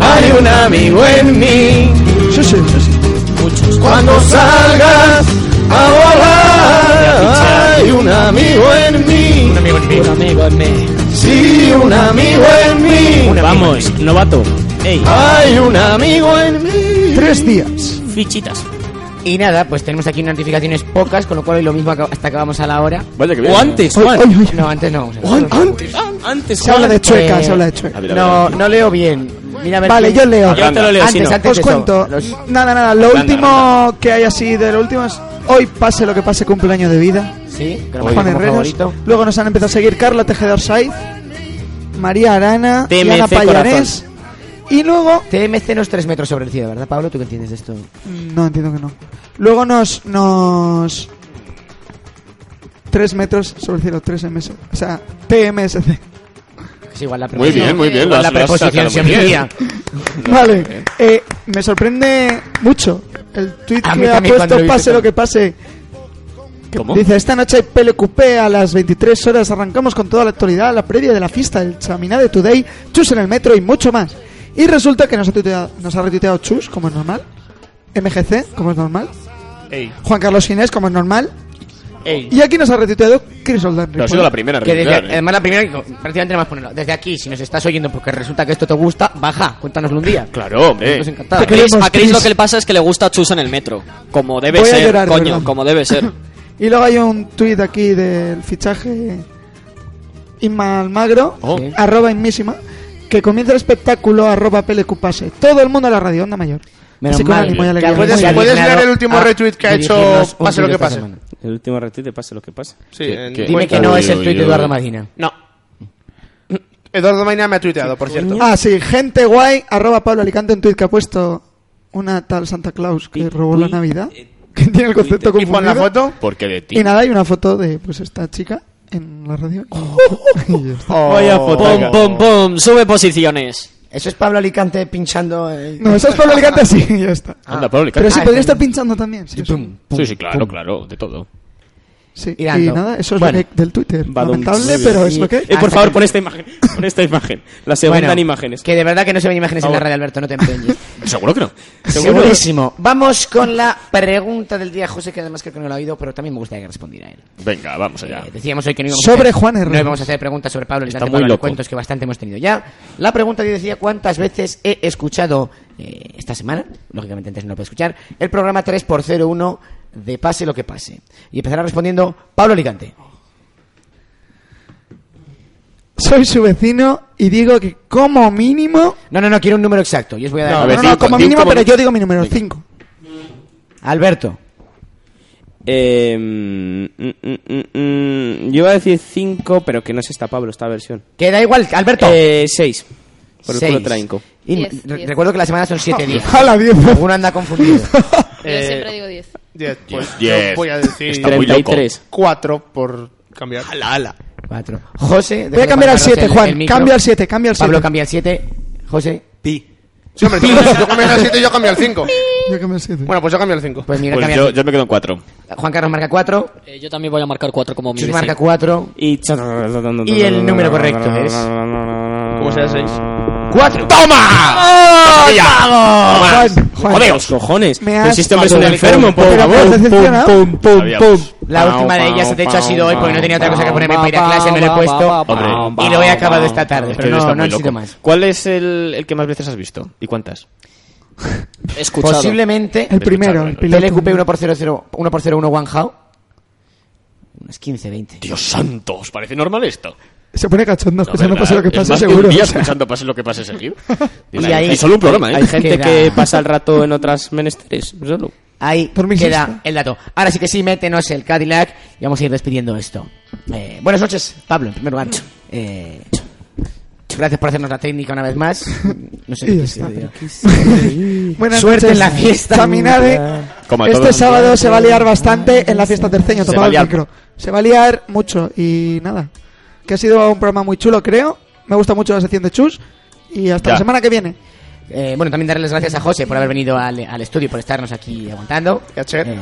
S23: Hay un amigo en mí.
S4: Sí, sí, sí.
S23: Muchos. Cuando salgas a volar, hay un amigo en mí. Un amigo en mí. Un amigo en mí. Sí, un amigo en mí. Vamos, novato. Hay un amigo en mí.
S4: Tres días.
S3: Fichitas. Y nada, pues tenemos aquí unas notificaciones pocas, con lo cual hoy lo mismo acá- hasta acabamos a la hora.
S5: Vaya que
S3: O antes, Juan.
S4: Ay, ay,
S3: No, antes no. vamos a ver.
S4: Antes,
S3: antes,
S4: se habla de chueca,
S3: Eh,
S4: se habla de chueca.
S3: No, no leo bien. Mira a ver
S4: Vale,
S3: quién-
S4: yo leo.
S3: Antes, antes
S4: Os
S3: de eso,
S4: cuento.
S3: los-
S4: Nada, nada. Lo
S3: Ronda,
S4: último que hay así de lo último es hoy pase lo que pase cumple un año de vida.
S3: Sí, que lo marco
S4: Juan
S3: como
S4: Herreros.
S3: favorito.
S4: Luego nos han empezado a seguir Carla Tejedor Saiz, María Arana, y
S3: TMC
S4: Ana Pallarés. Y luego.
S3: TMC no es 3 metros sobre el cielo, ¿verdad, Pablo? ¿Tú qué entiendes de esto?
S4: Mm, No entiendo que no. Luego nos nos tres metros sobre el cielo, tres ms, o sea TMSC.
S3: Es igual la
S4: Muy
S3: preposición.
S4: bien, muy bien,
S3: Igual
S4: lo
S3: la
S4: has- lo has
S3: preposición
S4: sacado
S3: se
S4: muy bien.
S3: omitía.
S4: Vale, eh, me sorprende mucho el tweet
S3: A mí
S4: que ha
S3: también
S4: puesto
S3: cuando lo vi
S4: pase
S3: pensaba.
S4: lo que pase. Que
S3: ¿Cómo?
S4: Dice, esta noche hay PLQP a las 23 horas, arrancamos con toda la actualidad, la previa de la fiesta, el chaminá de Today, Chus en el metro y mucho más. Y resulta que nos ha, tuiteado- nos ha retuiteado Chus, como es normal, MGC, como es normal,
S9: Ey.
S4: Juan Carlos Inés, como es normal,
S3: Ey.
S4: y aquí nos ha retuiteado Chris Oldenry.
S3: Pero ha
S4: Bueno,
S3: Que desde-
S4: ¿eh?
S3: Además, la primera, que prácticamente nada más ponerlo. Desde aquí, si nos estás oyendo porque resulta que esto te gusta, baja, cuéntanoslo un día.
S5: Claro, hombre.
S3: Nosotros encantados.
S7: A Chris, a Chris lo que le pasa es que le gusta Chus en el metro. Como debe
S4: Voy a
S7: ser,
S4: llorar, de
S7: coño,
S4: verdad.
S7: como debe ser.
S4: Y luego hay un tuit aquí del fichaje Inma Almagro,
S7: Oh.
S4: Sí. arroba Inmísima, que comienza el espectáculo arroba Pelecupase. Todo el mundo a la radio, onda mayor.
S3: Menos
S4: Así con
S3: mal,
S4: ánimo y
S3: que
S4: alegría.
S3: puedes-
S4: Muy bien.
S9: ¿Puedes leer el último
S4: Ah,
S9: retweet que ha hecho
S4: dirigirnos un
S9: Pase lo
S4: tuit
S9: que
S4: esta
S9: pase?
S4: semana.
S5: El último retweet de pase lo que pase.
S9: Sí,
S5: ¿Qué-
S9: en-
S5: qué?
S9: Dime que
S3: no es el tuit de Eduardo Madina.
S9: No. Eduardo Maina me ha tuiteado, por cierto.
S4: Ah, sí, gente guay, arroba Pablo Alicante, un tuit que ha puesto una tal Santa Claus que robó la Navidad. Que tiene el concepto
S9: ¿Y
S4: confundido.
S9: pon la foto?
S5: Porque de
S4: Y nada, hay una foto de pues esta chica en la radio. Y ya está.
S7: Pum, pum, pum, sube posiciones.
S3: Eso es Pablo Alicante pinchando. eh.
S4: No, eso es Pablo Alicante así, ya está.
S5: Anda, Pablo Alicante.
S4: Pero sí,
S5: Ah,
S4: podría
S5: es
S4: estar pinchando también. sí, eso.
S5: Sí, sí, claro, claro, de todo.
S4: Sí,
S3: Y
S4: y,
S3: dando.
S4: nada, eso es
S3: Bueno.
S4: lo que- del Twitter.
S5: Badum.
S4: Lamentable,
S5: Muy
S4: pero
S5: bien.
S4: es lo que.
S5: Eh, por favor, pon esta imagen. Pon esta imagen. La segunda
S3: Bueno,
S5: en imágenes.
S3: Que de verdad que no se ven imágenes en la
S5: Vamos.
S3: radio, Alberto, no te empeñes.
S5: Seguro que no.
S3: Segurísimo. Vamos con la pregunta del día, José, que además creo que no lo ha oído, pero también me gustaría que respondiera él.
S5: Venga, vamos allá.
S3: Eh, Decíamos hoy que no íbamos
S4: Sobre
S3: a hacer,
S4: Juan Herrera.
S3: No íbamos a hacer preguntas sobre Pablo, ni
S5: Está
S3: tanto
S5: muy
S3: Pablo, ni
S5: loco.
S3: cuentos que bastante hemos tenido ya. La pregunta que decía, ¿cuántas veces he escuchado eh, esta semana? Lógicamente antes no lo puedo escuchar. El programa 3x01 de Pase lo que pase. Y empezará respondiendo Pablo Alicante.
S4: Soy su vecino y digo que como mínimo.
S3: No, no, no, quiero un número exacto. Yo os voy a dar...
S4: No, no, no, como mínimo, pero yo digo mi número 5.
S3: Alberto.
S5: Eh,
S6: Em,
S5: mm, mm, mm, mm, yo iba a decir 5, pero que no es esta Pablo, esta versión.
S3: Que da igual, Alberto.
S5: Eh, 6. Por el
S3: Seis.
S5: culo trainco.
S3: Y
S8: Diez,
S3: re-
S8: diez.
S3: Recuerdo que la semana son 7 días.
S4: Ojalá, diez.
S3: Alguno anda confundido.
S8: Yo siempre digo 10.
S9: Diez, pues
S5: Diez.
S9: yo voy a decir
S5: Está muy loco. 33.
S9: cuatro por cambiar. Ala, ala.
S3: Cuatro. José.
S4: Voy a cambiar al 7, Juan. Cambia al 7, cambia al 7.
S3: Pablo cambia al 7. José.
S5: Pi.
S9: Sí, hombre, tú- yo cambio el 7 y yo cambio el 5.
S4: Yo cambio el 7.
S9: Bueno, pues yo cambio el 5.
S3: Pues mira,
S5: Pues
S3: cambia
S5: yo,
S3: al-
S5: yo me quedo en 4.
S3: Juan Carlos marca 4.
S7: Eh, yo también voy a marcar cuatro como mi
S3: Chus
S7: vecino.
S3: marca 4.
S5: Y...
S3: Y el número correcto es.
S5: ¿Cómo
S9: sea 6?
S3: ¡Cuatro!
S5: ¡Toma! ¡Vamos!
S4: Juan, Juan.
S5: ¡Jodeos, cojones!
S4: Me
S5: Pero
S4: has-
S5: si este hombre es un
S4: Pero
S5: enfermo, por
S4: me has
S5: favor.
S4: decepcionado.
S5: Pum, pum, pum, pum.
S3: La última de ellas, de hecho, este ha sido hoy porque no tenía otra cosa que ponerme para ir a clase, me lo he puesto.
S5: Hombre.
S3: Y lo he acabado esta tarde,
S5: Es que
S3: pero
S5: está
S3: no,
S5: muy
S3: no han
S5: loco.
S3: sido más.
S5: ¿Cuál es el, el que más veces has visto? ¿Y cuántas?
S7: Escuchado.
S3: Posiblemente.
S4: El primero, el piloto.
S3: PLQP 1x00, 1x01 One How. Unas 15, 20.
S5: Dios santo, ¿os parece normal esto?
S4: Se pone cachondo escuchando
S21: ¿verdad?
S4: pase lo que
S21: Es
S4: pase,
S21: más que
S4: seguro.
S21: un día
S4: o sea.
S21: escuchando pase lo que pase seguido.
S4: Y
S21: Hay-
S4: ahí-
S21: hay solo un programa, ¿eh?
S6: Hay gente que pasa el rato en otras menesteres. Solo.
S3: Ahí
S4: mí
S3: queda
S4: sí está.
S3: el dato. Ahora sí que sí, métenos el Cadillac y vamos a ir despidiendo esto. Eh, buenas noches, Pablo, en primer lugar. Eh, gracias por hacernos la técnica una vez más. No sé
S4: Y
S3: qué
S4: está,
S3: se diga.
S4: Buenas
S3: Suerte
S4: noches,
S3: en la fiesta.
S4: Chaminade.
S3: Como a
S4: Este
S3: todos.
S4: sábado se va a liar bastante en la fiesta terceño.
S3: Se
S4: Tomad
S3: va a
S4: el
S3: liar.
S4: micro. Se va a liar mucho y nada. Que ha sido un programa muy chulo, creo. Me gusta mucho la sección de Chus. Y hasta
S3: Ya.
S4: la semana que viene.
S3: Eh, bueno, también darles las gracias a José por haber venido al, al estudio, por estarnos aquí aguantando. Y a Cher.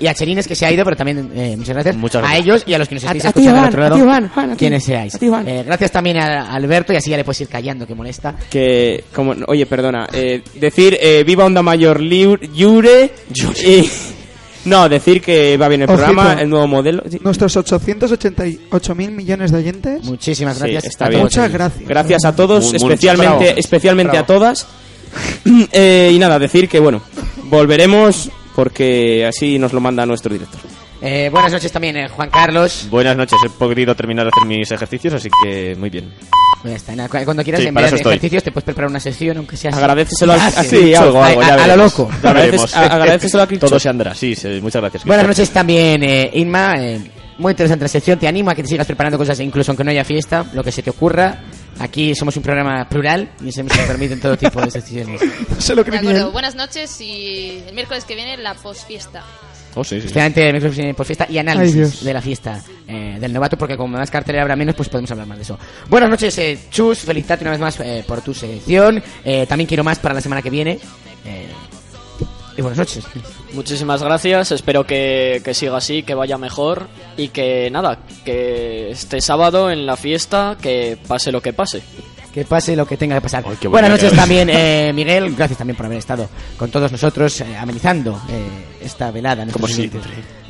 S3: y a Cherines que se ha ido, pero también eh, muchas, gracias a ellos y a los que nos
S6: A-
S3: estáis
S6: a ti,
S3: escuchando
S6: Iván,
S3: al otro
S6: a
S3: lado.
S6: ti, Iván, Juan, a ti.
S3: Quienes seáis.
S6: A ti, Iván.
S3: Eh, gracias también a a Alberto y así ya le puedes ir callando, que molesta.
S6: Que, como, oye, perdona, eh, decir eh, viva Onda Mayor Liur- Yure. y- no, decir que va bien el
S4: Ojito.
S6: programa, el nuevo modelo. sí.
S4: Nuestros 888 mil millones de oyentes.
S3: Muchísimas
S6: Sí, está bien.
S4: Muchas gracias.
S6: Gracias a todos,
S4: Muy- muy-
S6: especialmente,
S4: bravo.
S6: especialmente
S4: Bravo.
S6: a todas. Eh, y nada, decir que, bueno, volveremos porque así nos lo manda nuestro director.
S3: Eh, buenas noches también, eh, Juan Carlos.
S21: Buenas noches, he podido terminar de hacer mis ejercicios, así que muy bien.
S3: Ya Pues está, nada, cu- Cuando quieras
S21: Sí,
S3: en
S21: para
S3: vez
S21: eso
S3: de
S21: estoy.
S3: ejercicios te puedes preparar una sesión, aunque sea así.
S6: Agradeceselo al-
S3: Ah,
S6: a-
S3: sí.
S6: sí, algo, algo,
S3: A-
S6: ya
S3: a- a lo
S6: veremos.
S3: loco.
S6: Ya veremos. Agradeces- a- agradeceselo a Cristo.
S21: Todo se andará, sí, sí, muchas gracias. Cristo.
S3: Buenas noches también, eh, Inma. eh, muy interesante la sección. Te animo a que te sigas preparando cosas, incluso aunque no haya fiesta, lo que se te ocurra. Aquí somos un programa plural y se nos permiten todo tipo de sesiones.
S4: Se lo
S8: De acuerdo, buenas noches y el miércoles que viene la posfiesta.
S21: Oh, sí, sí.
S3: Especialmente microfisiones por fiesta y
S4: Ay,
S3: análisis
S4: Dios.
S3: de la fiesta eh, del novato, porque como más cartelera habrá menos, pues podemos hablar más de eso. Buenas noches, eh, Chus. Felicitarte una vez más eh, por tu sección. Eh, también quiero más para la semana que viene. Eh, y buenas noches.
S7: Muchísimas gracias, espero que, que siga así, que vaya mejor y que nada, que este sábado en la fiesta, que pase lo que pase.
S3: Que pase lo que tenga que pasar.
S7: qué
S3: Buenas
S7: buena
S3: noches
S7: que-
S3: también, eh, Miguel. Gracias también por haber estado con todos nosotros eh, amenizando eh, esta velada. Como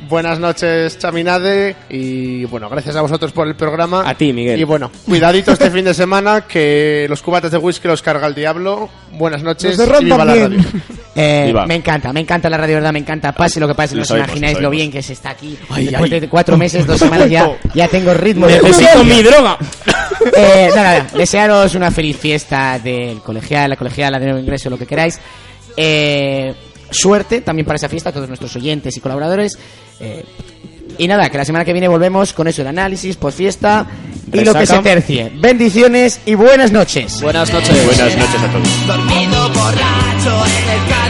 S9: Buenas noches, Chaminade. Y bueno, gracias a vosotros por el programa.
S6: A ti, Miguel.
S9: Y bueno, cuidadito este fin de semana que los cubatas de whisky los carga el diablo. Buenas noches. y viva la radio.
S3: Eh,
S9: Viva.
S3: me encanta, me encanta la radio, verdad, me encanta. Pase lo que pase,
S9: Lo
S3: no os
S9: sabemos,
S3: imagináis
S9: lo
S3: lo
S9: sabemos.
S3: bien que se está aquí.
S9: Ay,
S3: Después
S9: ay.
S3: de cuatro meses, dos semanas ya, ya tengo ritmo.
S6: Necesito mi droga.
S3: Eh, nada, nada, desearos una feliz fiesta del colegial, la colegiala, de nuevo ingreso, lo que queráis. Eh, suerte también para esa fiesta a todos nuestros oyentes y colaboradores. Eh, y nada, que la semana que viene volvemos con eso, el análisis, por fiesta y lo que
S6: Resaca.
S3: se tercie. Bendiciones y buenas noches.
S7: Buenas noches.
S21: Buenas noches a todos.
S12: Dormido borracho en el carro.